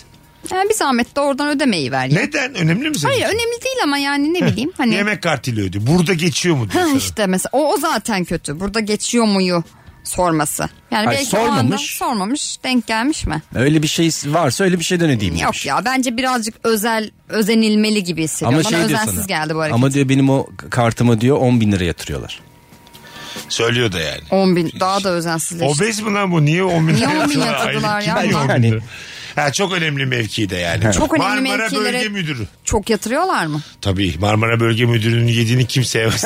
Speaker 4: Yani bir zahmet de oradan ödemeyi ver. ya.
Speaker 3: Neden? Önemli mi senin
Speaker 4: Hayır
Speaker 3: için?
Speaker 4: önemli değil ama yani ne bileyim hani.
Speaker 3: Yemek kartıyla ödüyor. Burada geçiyor mu? diyor
Speaker 4: Ha
Speaker 3: sana.
Speaker 4: işte mesela o, o zaten kötü. Burada geçiyor muyu sorması. Yani
Speaker 5: Ay,
Speaker 4: belki o anda
Speaker 5: sormamış.
Speaker 4: sormamış denk gelmiş mi?
Speaker 5: Öyle bir şey varsa öyle bir şeyden ödeyeyim.
Speaker 4: Yok
Speaker 5: demiş.
Speaker 4: ya bence birazcık özel özenilmeli gibi hissediyorum.
Speaker 5: Ama
Speaker 4: Bana
Speaker 5: şey diyor
Speaker 4: özensiz
Speaker 5: sana.
Speaker 4: geldi bu hareket.
Speaker 5: Ama diyor benim o kartıma diyor 10 bin lira yatırıyorlar.
Speaker 3: Söylüyor da yani.
Speaker 4: 10 bin daha da özensizleşti.
Speaker 3: Obez mi lan bu? Niye 10 bin
Speaker 4: Niye 10 bin
Speaker 3: lira
Speaker 4: yatırdılar
Speaker 3: aylık?
Speaker 4: ya?
Speaker 3: Niye 10 bin
Speaker 5: Yani-
Speaker 3: lira? Ha, çok önemli mevkide yani.
Speaker 4: Çok önemli
Speaker 3: Marmara
Speaker 4: mevkilere-
Speaker 3: Bölge Müdürü.
Speaker 4: Çok yatırıyorlar mı?
Speaker 3: Tabii Marmara Bölge Müdürü'nün yediğini kimse yemez.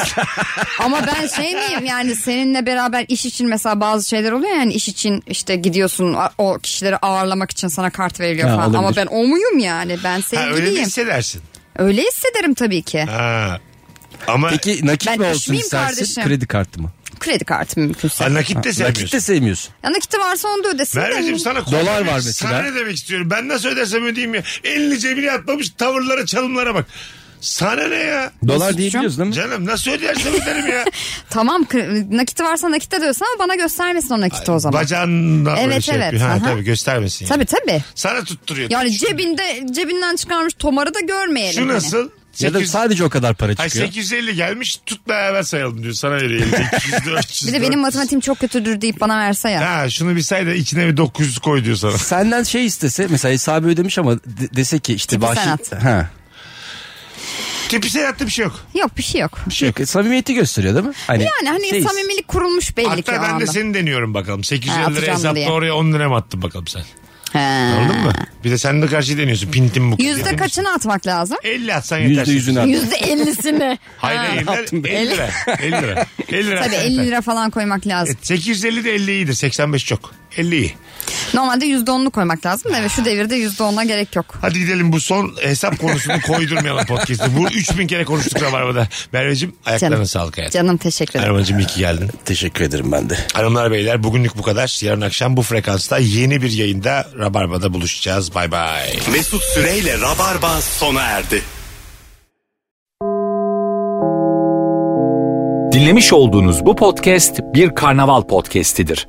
Speaker 4: Ama ben şey miyim yani seninle beraber iş için mesela bazı şeyler oluyor yani iş için işte gidiyorsun a- o kişileri ağırlamak için sana kart veriliyor
Speaker 5: Ha,
Speaker 4: falan. Ama
Speaker 5: olabilir.
Speaker 4: ben o muyum yani ben
Speaker 3: ha, öyle mi
Speaker 4: sevgiliyim.
Speaker 3: hissedersin?
Speaker 4: Öyle hissederim tabii ki.
Speaker 3: Ha. Ama
Speaker 5: Peki nakit
Speaker 4: Ben
Speaker 5: mi
Speaker 4: iş
Speaker 5: olsun
Speaker 4: miyim
Speaker 5: istersin
Speaker 4: kardeşim?
Speaker 5: kredi kartı mı?
Speaker 4: Kredi kartı mümkünse.
Speaker 3: ha, nakit de
Speaker 5: Nakit de
Speaker 3: sevmiyorsun.
Speaker 5: sevmiyorsun.
Speaker 4: Ya nakiti varsa onu da ödesin. de.
Speaker 3: Merveciğim sana
Speaker 5: Dolar var
Speaker 3: konuşmayayım.
Speaker 5: mesela.
Speaker 3: Sana ne demek istiyorum? Ben nasıl ödersem ödeyeyim ya. Elini cebine atmamış tavırlara çalımlara bak. Sana ne ya?
Speaker 5: Dolar diyebiliyoruz değil mi?
Speaker 3: Canım nasıl ödersem öderim ya.
Speaker 4: Tamam kre- nakiti varsa nakitte de ödesin ama bana göstermesin o nakiti o zaman.
Speaker 3: Bacağınla böyle
Speaker 4: Evet,
Speaker 3: şey
Speaker 4: evet,
Speaker 3: yapıyor. Ha,
Speaker 4: aha.
Speaker 3: tabii göstermesin. yani.
Speaker 4: Tabii tabii.
Speaker 3: Sana tutturuyor.
Speaker 4: Yani
Speaker 3: Tutuşturuyor.
Speaker 4: cebinde cebinden çıkarmış tomarı da görmeyelim.
Speaker 3: Şu
Speaker 4: hani.
Speaker 3: nasıl?
Speaker 5: Ya da
Speaker 3: 800
Speaker 5: sadece o kadar para
Speaker 3: Ay
Speaker 5: çıkıyor.
Speaker 3: 850 gelmiş tut beraber sayalım diyor. Sana veriyor. 200, 400,
Speaker 4: Bir de benim
Speaker 3: 400.
Speaker 4: matematiğim çok kötüdür deyip bana verse ya.
Speaker 3: Ha şunu bir say da içine bir 900 koy diyor sana.
Speaker 5: Senden şey istese mesela hesabı ödemiş ama de- dese ki işte
Speaker 4: Tipi
Speaker 5: bahşiş.
Speaker 4: sen at.
Speaker 5: Ha.
Speaker 3: Tipisel hatta bir şey yok.
Speaker 4: Yok bir şey yok.
Speaker 5: Yok, samimiyeti gösteriyor değil mi? Hani
Speaker 4: Yani hani
Speaker 5: şey-
Speaker 4: samimilik kurulmuş belli
Speaker 3: Hatta
Speaker 4: ki o
Speaker 3: ben de
Speaker 4: anda.
Speaker 3: seni deniyorum bakalım. 850
Speaker 4: Ha,
Speaker 3: lira
Speaker 4: atacağım
Speaker 3: hesapla
Speaker 4: diye.
Speaker 3: oraya 10 lira mı attın bakalım sen?
Speaker 4: He.
Speaker 3: Anladın mı? Bir de sen de karşı deniyorsun. Pintim bu. kız diye.
Speaker 4: Yüzde kaçını atmak lazım?
Speaker 3: 50 atsan yeter.
Speaker 5: Yüzde yüzünü at.
Speaker 4: Yüzde ellisini.
Speaker 3: Hayır hayır,
Speaker 5: ne
Speaker 3: elli
Speaker 5: yaptın be?
Speaker 3: 50 lira. 50 lira. 50 lira.
Speaker 4: Tabii
Speaker 3: atsan
Speaker 4: 50
Speaker 3: yeter.
Speaker 4: lira falan koymak lazım.
Speaker 3: Evet, 850 de 50 iyidir. 85 çok. 50 iyi.
Speaker 4: Normalde yüzde onlu koymak lazım da ve şu devirde yüzde ona gerek yok.
Speaker 3: Hadi gidelim bu son hesap konusunu koydurmayalım podcast'te. Bu 3000 kere konuştuk Rabarba'da. Merveciğim ayaklarına
Speaker 4: Canım.
Speaker 3: sağlık hayatım.
Speaker 4: Canım teşekkür ederim.
Speaker 3: Erman'cığım iyi ki geldin.
Speaker 5: Teşekkür ederim ben de.
Speaker 3: Hanımlar beyler bugünlük bu kadar. Yarın akşam bu frekansta yeni bir yayında Rabarba'da buluşacağız. Bay bay.
Speaker 2: Mesut Süreyle Rabarba sona erdi.
Speaker 1: Dinlemiş olduğunuz bu podcast bir karnaval podcastidir.